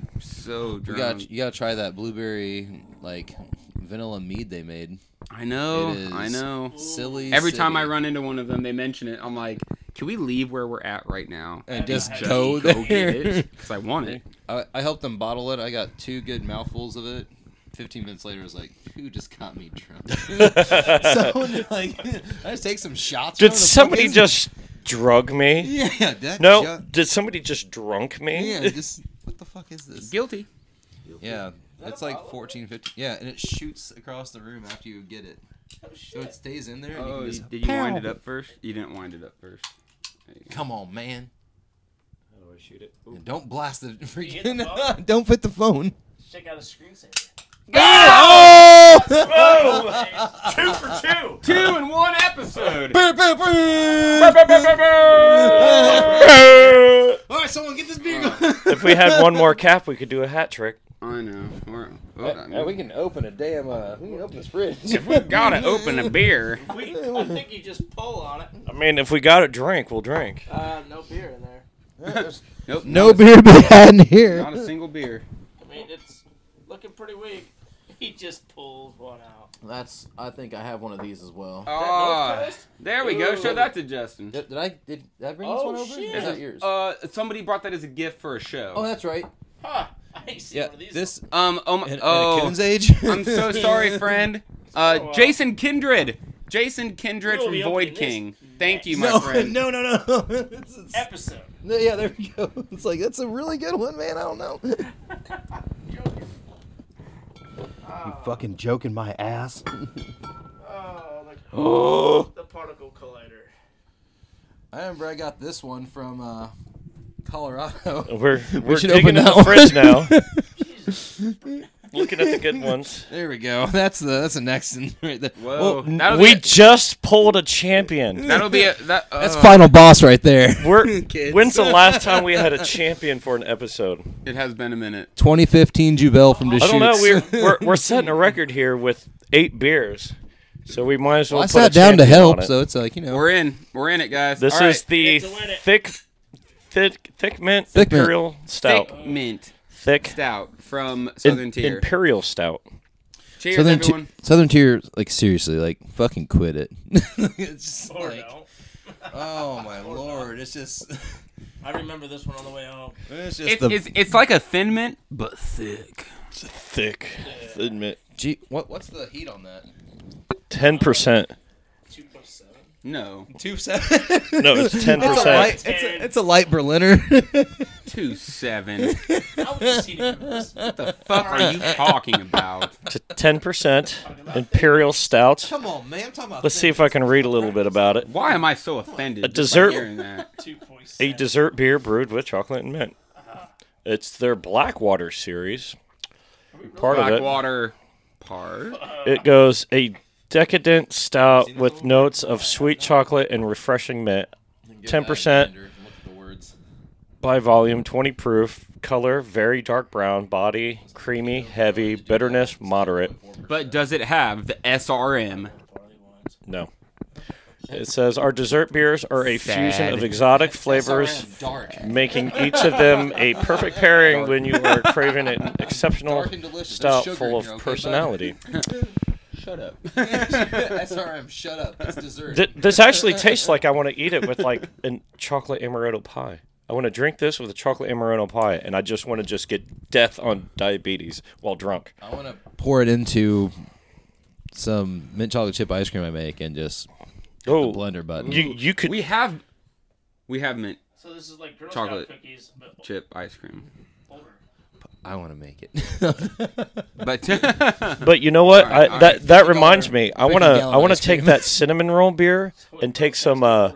<laughs>
so
you
drunk.
got you got to try that blueberry like vanilla mead they made.
I know,
It is
I know.
Silly.
Every time I
city.
run into one of them, they mention it. I'm like, "Can we leave where we're at right now?"
and just
Just
go
go get
there. <laughs>
it because I want it.
I, I helped them bottle it. I got two good mouthfuls of it. Fifteen minutes later, I was like, "Who just got me drunk?" <laughs>
<laughs>
so like, <laughs> I just take some shots. bro,
did
the fuck
somebody
is-
just drug me?
<laughs> Yeah, that
<laughs> No.
ju-
Did somebody just drunk me? <laughs>
yeah, just what the fuck is this?
Guilty.
Yeah, it's like 14, 15. Yeah, and it shoots across the room after you get it. So it stays in there. And you
Oh,
can
you-
just,
did you wind it up first? You didn't wind it up first.
Come on, man!
Oh, I shoot it. Ooh.
And Don't blast <laughs> the
hit the
freaking. <laughs> Don't put the phone.
Check out
<laughs>
a screensaver.
Oh! <laughs>
Two for two.
Two in one
<laughs>
episode.
Boo, boo, boo. All right, someone get this beer going.
if we had one more cap, we could do a hat trick.
I know. We're, oh, well, I mean,
we can open a damn. Uh, we can open this fridge.
gotta open a beer.
We, I think you just pull
<laughs>
on it.
I mean, if we got a drink, we'll drink.
Uh, no beer in there.
Nope.
no beer be had in here.
<laughs>
Not a single beer.
I mean, it's looking pretty weak. <laughs> He just pulls one out.
That's. I think I have one of these as well. Ah.
Oh,
Coast?
there we go. Show
Ooh.
that to Justin.
Did, did I did, did I bring this
Oh,
one over?
shit.
Is
Yeah.
that yours?
Uh, somebody brought that as a gift for a show.
oh, that's right.
Huh. I ain't seen
Yeah,
one of these.
this
um, oh, my,
in, in a
oh
coon's age.
<laughs>
<laughs>
<laughs>
I'm so sorry, friend. Uh,
wow.
Jason Kindred. Jason Kindred
We'll
from
Oh, be
Void
opening this
King. Thank you, my
No,
friend.
no, no, no.
<laughs>
It's- it's-
episode.
<gasps>
no, Yeah, there we go. It's like that's a really good one, man. I don't
<laughs>
know.
You fucking joking my ass.
Uh,
Oh,
<gasps>
the, the particle collider.
I remember I got this one from uh, Colorado. <laughs>
We're we're
should
digging
open
in
that
the
one.
fridge now.
<laughs>
Looking at the good ones.
There we go. <laughs> That's the that's the next one <laughs> right there.
Whoa, that'll
We
be a,
just pulled a champion.
that'll be
<laughs>
a, that. Uh,
That's final boss right there. <laughs>
We're,
Kids.
when's the last time we had a champion for an episode?
It has been a minute.
2015 Jubel from
I don't know.
Deschutes.
We're, we're we're setting a record here with eight beers, so we might as well.
I
put
sat
a
down to
champion
help,
on it.
so it's like you know.
We're in. We're in it, guys.
this
All
is
right.
the
It's a winner.
thick, thick, thick mint
Thick mint.
imperial stout.
thick mint
Thick
stout from
in-
Southern Tier.
imperial stout.
Cheers,
Southern, Ti-
everyone.
Southern tier, like seriously, like fucking quit it. <laughs> it's just
Or
like,
no.
<laughs>
oh my lord, it's just, <laughs>
I remember this one on the way home.
it's just
It's,
the
it's, it's like a thin mint, but thick.
Thick, thin mint.
gee, what what's the heat on that?
Ten percent.
Two plus seven.
<laughs>
No,
Two <laughs> seven.
No, it's ten
It's a light.
percent.
It's a, it's a light Berliner. <laughs>
two seven.
I was just
<laughs>
eating this.
what the fuck are you talking about?
To ten percent imperial stout.
Come on, man. I'm talking about.
Let's see if I can read a little bit about it.
Why am I so offended?
A
just by
dessert-
hearing that?
Two point
A
seven.
dessert beer brewed with chocolate and mint.
Uh-huh.
It's their Blackwater series. Part of it.
Blackwater Park.
It goes a decadent stout with notes of sweet chocolate and refreshing mint. 10% by volume, 20 proof. Color very dark brown. Body creamy, heavy. Bitterness moderate.
But does it have the SRM?
No. It says our dessert beers are a fusion
Sad.
of exotic flavors,
Dark.
making each of them a perfect pairing when you are craving an exceptional
Dark and delicious. There's
stout
sugar
full
in
of
here, okay, bud?
personality.
Shut up. SRM. Shut up.
<laughs>
It's dessert.
Th- this actually tastes like I want to eat it with like <laughs> a chocolate amaretto pie. I want to drink this with a chocolate amaretto pie, and I just want to just get death on diabetes while drunk.
I want to pour it into some mint chocolate chip ice cream I make and just
Oh,
blender button.
you you could
We have, we have mint
So this is like Girl
Chocolate.
Scout cookies, but
chip ice cream.
I want to make it.
<laughs>
But <laughs>
But you know what?
All right,
I,
all
that
right.
that reminds me. I wanna
gallon
I wanna
ice
take
cream.
that cinnamon roll beer and take some uh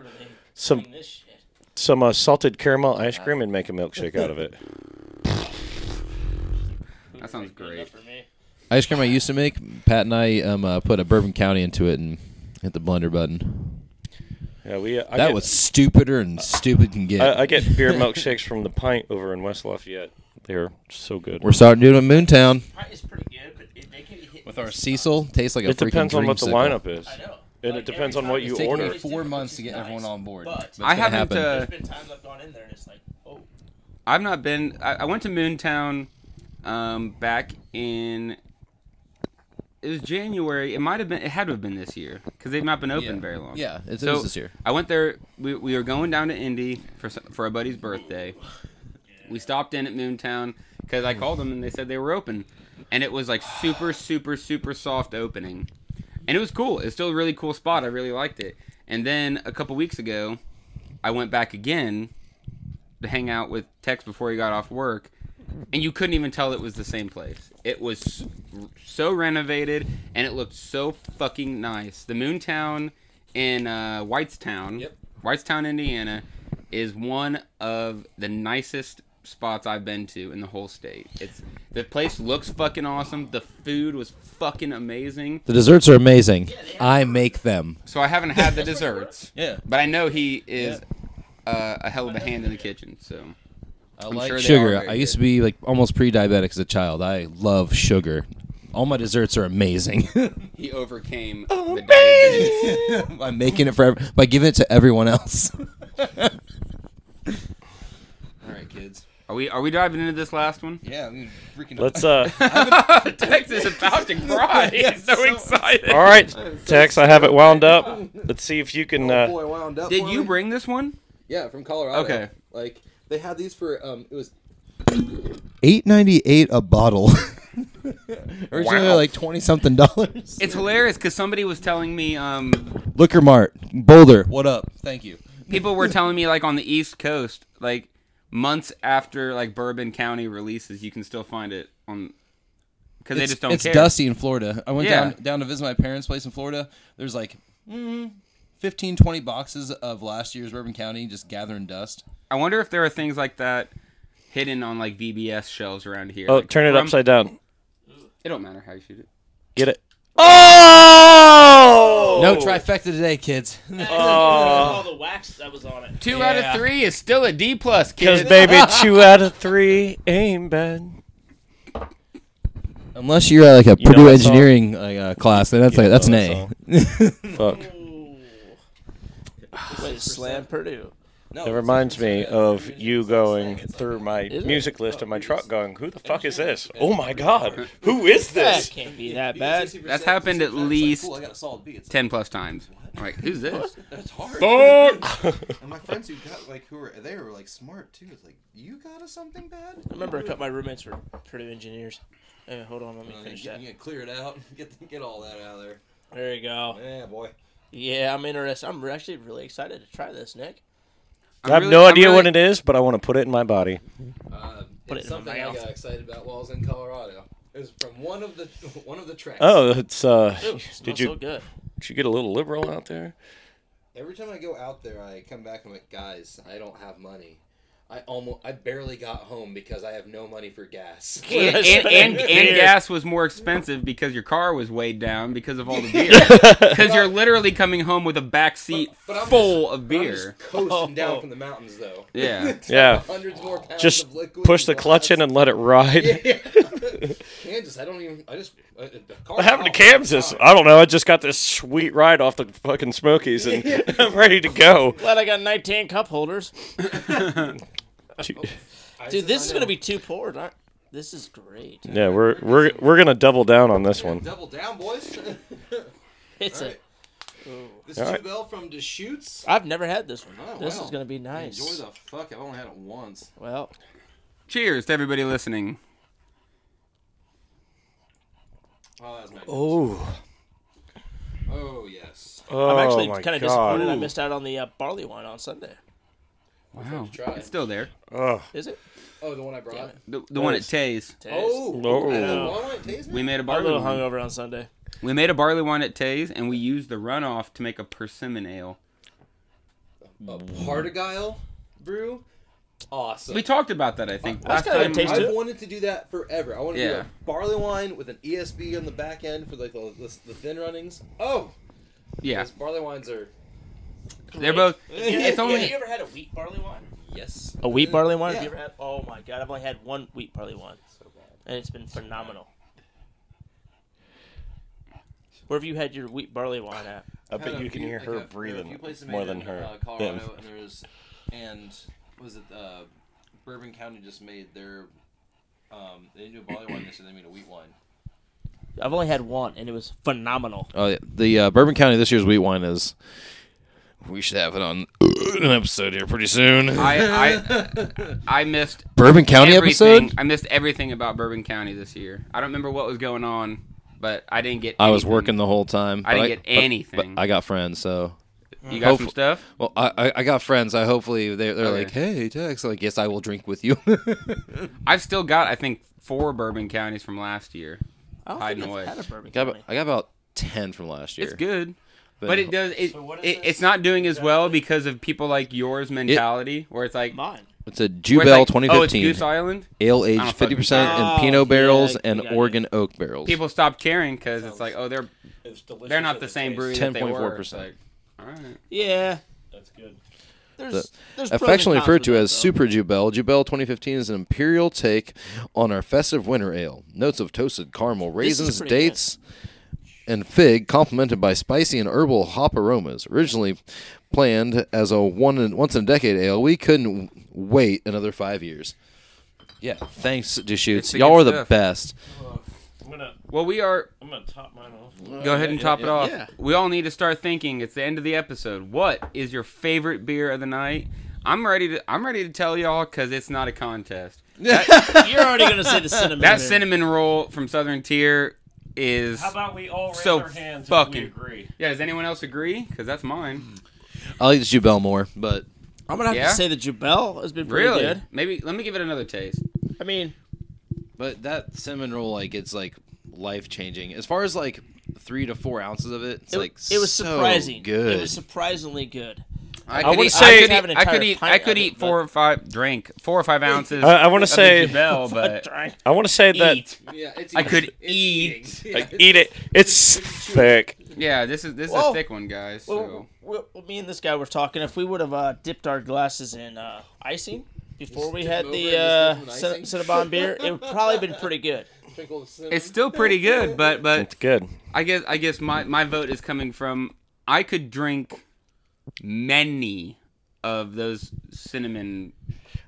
some
This shit.
some uh, salted caramel ice cream and make a milkshake
<laughs>
out of it.
that sounds great.
For me.
<laughs> ice cream I used to make, Pat and I um, uh, put a Bourbon County into it and hit the blender button.
Yeah, we. uh, I
that
get,
was stupider and stupid can get.
I, I
<laughs>
get beer milkshakes from the pint over in West Lafayette. They're so good.
We're starting to do it in Moontown
Pint is pretty good, but it, they can be hit.
with our Cecil. Tastes like a
it
freaking
depends on what the
dreamsicle.
lineup is.
I know.
And it depends on what you
It's taking
order.
me four months to get everyone on board.
But-
That's
I
gonna
haven't.
happen.
Uh,
There's been times I've gone in there and it's like, oh,
I've not been. I, I went to Moontown um, back in. It was January. It might have been. It had to have been this year because they've not been open
Yeah.
very long.
Yeah, it's, it
So
was this year.
I went there. We, we were going down to Indy for s- for a buddy's birthday. We stopped in at Moontown because I called them and they said they were open, and it was like super super super soft opening, and it was cool. It's still a really cool spot. I really liked it. And then a couple weeks ago, I went back again to hang out with Tex before he got off work, and you couldn't even tell it was the same place. It was s- so renovated, and it looked so fucking nice. The Moontown in uh, Whitestown, Whitestown, Indiana, is one of the nicest spots I've been to in the whole state. It's the place looks fucking awesome. The food was fucking amazing.
The desserts are amazing. I make them.
So I haven't
<laughs>
had the desserts,
Yeah.
but I know he is uh, a hell of a hand in the kitchen. So
I
I'm
like
sure they are
sugar.
very
I used to be like almost pre-diabetic as a child. I love sugar. All my desserts are amazing. <laughs>
he overcame
Oh,
the diabetes.
I'm making it for ev- by giving it to everyone else. All right, kids.
Are we are we diving into this last one? <laughs>
Yeah, I'm freaking.
Let's, uh,
Tex is about <laughs> to cry. He's so, excited.
All right, Tex, I have it wound up. Let's see if you can.
Oh,
Uh,
boy, wound up.
Did
for
you
me.
bring this one?
Yeah, from Colorado.
Okay.
Like they had these for um, it was
Eight ninety eight a bottle. Originally they're like twenty something dollars.
It's hilarious because somebody was telling me, um,
Liquor Mart, Boulder. What up?
thank you.
people were telling me like on the East Coast, like months after like Bourbon County releases, you can still find it on because they
it's,
just don't
it's
care.
dusty in Florida. I went
Yeah.
down down to visit my parents' place in Florida. There's like mm, 15, 20 boxes of last year's Bourbon County just gathering dust.
I wonder if there are things like that hidden on like VBS shelves around here.
oh,
Like,
turn it
from-
upside down.
It don't matter how you shoot it.
Get it. Oh!
No trifecta today, kids.
all the wax that was on it.
Two out of three is still a D plus,
Because
kids.
baby, two out of three ain't bad.
Unless you're uh, like a
know
Purdue
that song?
engineering like, uh, class, then that's like that's an
know
A.
Fuck.
Way to slam Purdue.
That reminds me of you going through my music list in my truck, going, "Who the fuck is this? Oh my god, who is
That
this?"
can't be that bad.
That's happened at least
I got a solid B. It's
ten plus times. Like who's this?
that's hard.
And my friends who got like who were they were like smart too. It's like you got us something bad.
I remember a couple of my roommates were Purdue engineers. Hey, hold on, let
Uh,
me finish that.
to clear it out. <laughs> Get get all that out of there.
There you go.
Yeah, boy.
Yeah, I'm interested. I'm actually really excited to try this, Nick.
<laughs> I have no idea what it is, but I want to put it in my body.
Put
it's
it in
something
my
I
mouth. <laughs>
got excited about while I was in Colorado. It was from one of the one of the tracks.
Oh, it's uh,
Ooh,
did
smells so
you <laughs>
good.
did you get a little liberal out there?
Every time I go out there, I come back and I'm like, guys, I don't have money. I almost, I barely got home because I have no money for gas. <laughs>
And, and, and, and gas was more expensive because your car was weighed down because of all the beer. Because you're literally coming home with a back seat
But- but I'm
full of
I'm
beer.
just coasting down from the mountains though.
Yeah.
Yeah,
Hundreds more pounds
just
of liquid.
push the clutch in and let it ride. <laughs>
Kansas, I don't even. I just. Uh, the car
What happened to
stopped.
Kansas? I don't know. I just got this sweet ride off the fucking Smokies, and <laughs> I'm ready to go.
Glad I got 19 cup holders.
I
Dude,
said, I
this is going to
know.
be too poured. aren't- This is great.
Yeah, we're we're we're gonna double down on this one.
Double down, boys. <laughs>
It's
Alright. this
All
is
right.
Bell from Deschutes.
a. I've never had this one.
Oh,
this
wow.
is going to be nice.
Enjoy the fuck. I've only had it once.
well,
Cheers to everybody listening.
Oh, that was my. Oh,
Oh,
yes.
oh
I'm actually
my
kind of
God.
disappointed I missed out on the uh, barley wine on Sunday.
Wow.
Try
It's
it.
still there.
Ugh.
Is it?
Oh, the one I brought.
The, the one at Tay's.
Oh,
No.
I know. Why won't it taste
We
now?
made a
I'm a
barley
Oh.
little
wine.
hungover on Sunday.
We made a barley wine at Tay's and we used the runoff to make a persimmon ale.
a Partaguile brew. Awesome.
We talked about that, I think. Last
That's kinda
time.
tasty.
I've
it.
wanted to do that forever. I want to do
Yeah.
a barley wine with an ESB on the back end for like the, the, the thin runnings. Oh,
Yeah.
those barley wines are
They're both.
Have
It's only.
you ever had a wheat barley wine?
yes.
A wheat barley wine? Have
Yeah.
you ever had? Oh my god, I've only had one wheat barley wine, and it's been phenomenal. Where have you had your wheat barley wine at?
I
Had
bet
a
you can
few-
hear
like
her
a- there were a few
breathing
places made
more
it
than
in,
her.
Uh,
him.
Colorado, and there was, and was it uh, Bourbon County just made their. Um, they didn't do a barley wine this year. They made a wheat wine.
I've only had one, and it was phenomenal.
Oh, yeah. the uh, Bourbon County this year's wheat wine is. We should have it on an episode here pretty soon. <laughs>
I,
<laughs>
I, I missed
Bourbon County
everything.
episode.
I missed everything about Bourbon County this year. I don't remember what was going on, but I didn't get.
I was
anything.
working the whole time.
I didn't
but
get
but-
anything.
But I got friends, so
You got some
Hopeful-
stuff.
well, I I, I got friends. I hopefully they're, they're
Okay.
like, hey, Tex. Like, yes, I will drink with you.
<laughs> I've still got, I think, four Bourbon Counties from last year.
I don't
Hiding
think
away.
I've had a bourbon.
got
County.
about, I got about ten from last year.
It's good,
But,
but it does. It,
what is
it
this?
it's not doing as well because of people like yours mentality, where it's like.
Mine.
It's a
where it's
Jubel
like, Oh, it's
2015.
Goose Island.
Ale
I
aged
don't fucking
50% in
know. Oh,
Pinot barrels
yeah,
and
you got
Oregon oak barrels.
People stopped caring because it's like, oh, they're
It's delicious.
they're not
as
the
it
same
tastes.
brewery. Ten point four
10.4%.
All right.
Yeah.
That's good.
There's,
The-
there's pros and
affectionately
cons
referred
with
to
that,
as
though.
Super Jubel, Jubel 2015 is an imperial take on our festive winter ale. Notes of toasted caramel,
This is
raisins,
pretty
dates, and fig, complemented by spicy and herbal hop aromas. Originally planned as a one in, once in a decade ale, we couldn't wait another five years.
Yeah, thanks,
It's
Deschutes.
the
Y'all
good
are the
stuff.
best.
I'm gonna.
Well, we are.
I'm gonna top mine off.
Go ahead and
yeah,
top
yeah,
it off.
yeah.
We all need to start thinking. It's the end of the episode. What is your favorite beer of the night? I'm ready to. I'm ready to tell y'all because it's not a contest.
<laughs> You're already gonna
<laughs>
say the cinnamon.
That
in.
cinnamon roll from Southern Tier is.
How about we all raise
So
our hands
fucking-
if we agree?
yeah. Does anyone else agree? Because that's mine.
I like the Jubel more, but
I'm gonna have
Yeah?
to say the Jubel has been pretty
Really?
good.
Maybe let me give it another taste.
I mean,
but that cinnamon roll, like, it's like life changing. As far as like three to four ounces of it, it's
it,
like
it was
so
surprising.
Good.
It was surprisingly good.
I
would
eat,
say-
I could
Have an
eat. I could
entire
eat,
pint
I could
of it,
eat four or five drink four or five ounces.
I- I wanna
of the
say- <laughs>
Jubel,
<laughs>
but <laughs>
Drink.
I want to say that
<laughs> Eat.
yeah, it's
I could eat.
like, eat it. It's thick.
Yeah, this is this is a
Whoa.
thick one, guys. So.
Well, well, well, me and this guy were talking. If we would have uh, dipped our glasses in uh, icing before we had the uh, cin- Cinnabon beer, it would probably been pretty good.
It's still pretty good, <laughs> but but
It's good.
I guess I guess my my vote is coming from I could drink many of those cinnamon.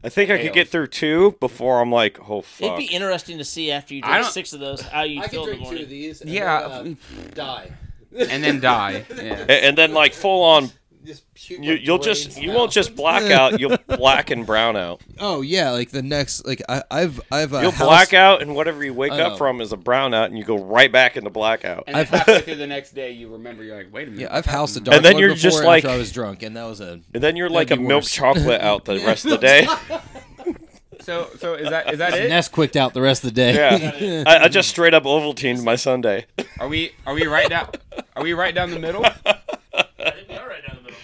I think I could get through two before I'm like, oh fuck.
It'd be interesting to see after you
I
drink
don't-
six of those how you
I
feel
can
in
drink
the
two
morning.
of these. And
Yeah,
Then,
Die.
uh, and then die. Yeah.
A- and then like full on,
uh, just puke
you,
my
you'll just
brains
you
out.
won't just black
<laughs>
out. You'll black and brown out.
Oh yeah, like the next, like I, I've, I've uh,
You'll
house-
black out, and whatever you wake
I know.
up from is a brown out, and you go right back into blackout.
<laughs> And then halfway through the next day, you remember you're like, wait a minute.
Yeah, I've housed a dark.
And then
one
you're
before
just
after
like-
I was drunk, and that was a.
And then you're like a
be
milk
worse.
chocolate
<laughs>
out the rest of the day.
So so is that is that it?
That's quicked out the rest of the day. <laughs>
Yeah, I, I just straight up Ovaltined my Sunday.
Are we are we right down? Are we right down the <laughs> middle?
I think we are right down the middle.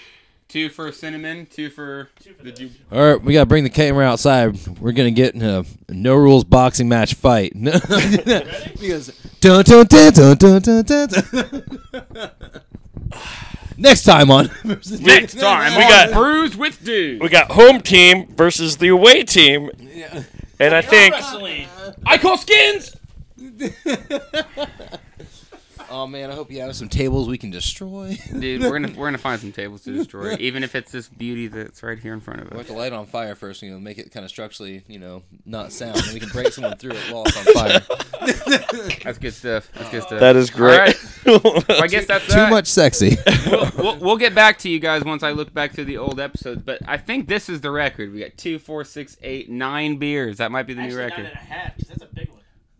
Two for cinnamon, two for the ju-
All right, we gotta bring the camera outside. We're gonna get in a no rules boxing match fight. <laughs>
Because dun, dun, dun, dun, dun, dun, dun, dun. Next time on.
<laughs>
Next time we got
brews with dude.
we got home team versus the away team, and I think
I call skins.
oh man, I hope you have some.
Some tables we can destroy.
Dude, we're gonna we're gonna find some tables to <laughs> destroy, even if it's this beauty that's right here in front of us.
the light on fire first, you know, make it kind of structurally, you know, not sound. Then we can break someone through it while it's on fire.
<laughs> That's good stuff. That's good stuff.
that is great.
All right.
<laughs>
Well, I guess that's
Too
that.
much sexy.
We'll, we'll get back to you guys once I look back through the old episodes, but I think this is the record. We got two, four, six, eight, nine beers. That might be the
Actually,
new
nine and a
record.
half, 'cause that's a big one.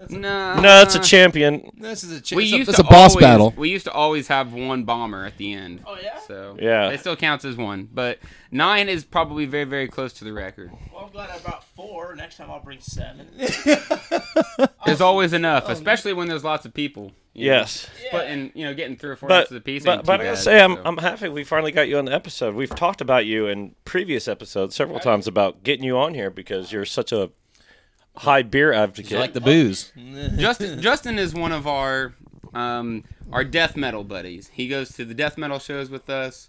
No,
No, that's a champion.
this is a
We
chance.
used
it's
to
a boss
always-
battle.
We used to always have one bomber at the end.
Oh yeah.
So
Yeah.
it still counts as one, but nine is probably very, very close to the record.
Well, I'm glad I brought four. Next time I'll bring seven.
There's always
oh,
enough, especially when there's lots of people. you know.
Yes,
Splitting, you know, getting three or four
but
ounces a piece.
but,
ain't
but
too
I
bad,
gotta say, I'm
so.
I'm happy we finally got you on the episode. We've talked about you in previous episodes several times about getting you on here because you're such a high beer advocate.
like the booze.
Justin Justin is one of our um, our death metal buddies. He goes to the death metal shows with us.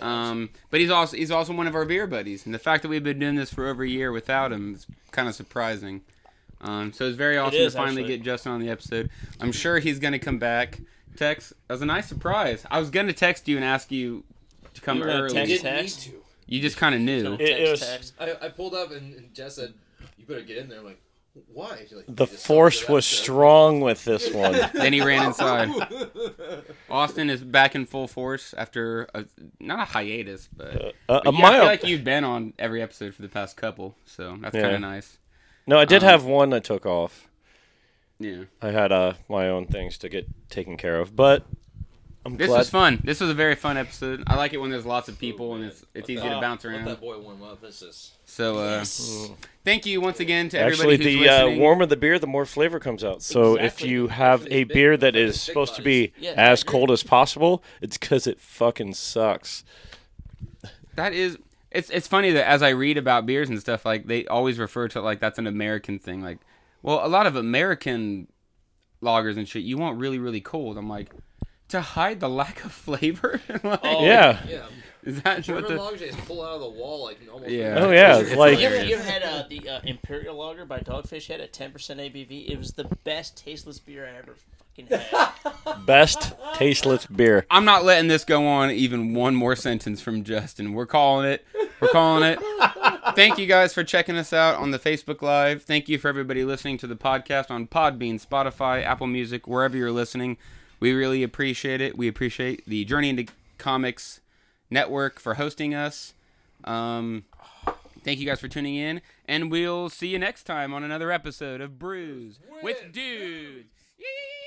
Um, but he's also he's also one of our beer buddies, and the fact that we've been doing this for over a year without him is kind of surprising. Um, so it's very awesome
is,
to finally
actually.
get Justin on the episode. I'm sure he's going to come back. Text that was a nice surprise. I was going to text you and ask you to come
You were gonna
early.
text
You,
text.
just kind of knew.
It- it was-
I, I pulled up and, and Jess said, "You better get in there." I'm like, "Why?" She's like,
the force was strong with
<laughs>
this one.
then he ran
<laughs>
inside. Austin is back in full force after a, not a hiatus,
Uh,
but,
A- a
but yeah, I
mild-
feel like you've been on every episode for the past couple, so that's
Yeah.
kind of nice.
No, I
um,
did have one I took off.
Yeah,
I had uh, my own things to get taken care of, but I'm
this
glad.
was fun. This was a very fun episode. I like it when there's lots of people and it's it's easy to bounce around.
boy warm up. This is
So uh, thank you once again to
Actually,
everybody who's
the uh,
listening.
warmer the beer, the more flavor comes out. So if you have a beer that is supposed to be as cold as possible, it's because it fucking sucks.
That is. It's, it's funny that as I read about beers and stuff, like they always refer to it like that's an American thing. Like, well, a lot of American lagers and shit, you want really really cold. I'm like, to hide the lack of flavor. <laughs> Like,
yeah.
yeah.
Is that what the?
just pull out of the wall like almost.
Yeah.
Oh yeah.
It's- it's
like
You ever, you ever had uh, the uh, Imperial Lager by Dogfish Head at 10% ABV? It was the best tasteless beer I ever fucking had.
best tasteless beer.
I'm not letting this go on even one more sentence from Justin. We're calling it We're calling it. Thank you guys for checking us out on the Facebook Live. Thank you for everybody listening to the podcast on Podbean, Spotify, Apple Music, wherever you're listening. We really appreciate it. We appreciate the Journey into Comics Network for hosting us. Um, thank you guys for tuning in, and we'll see you next time on another episode of Brews with, Dudes. Yee!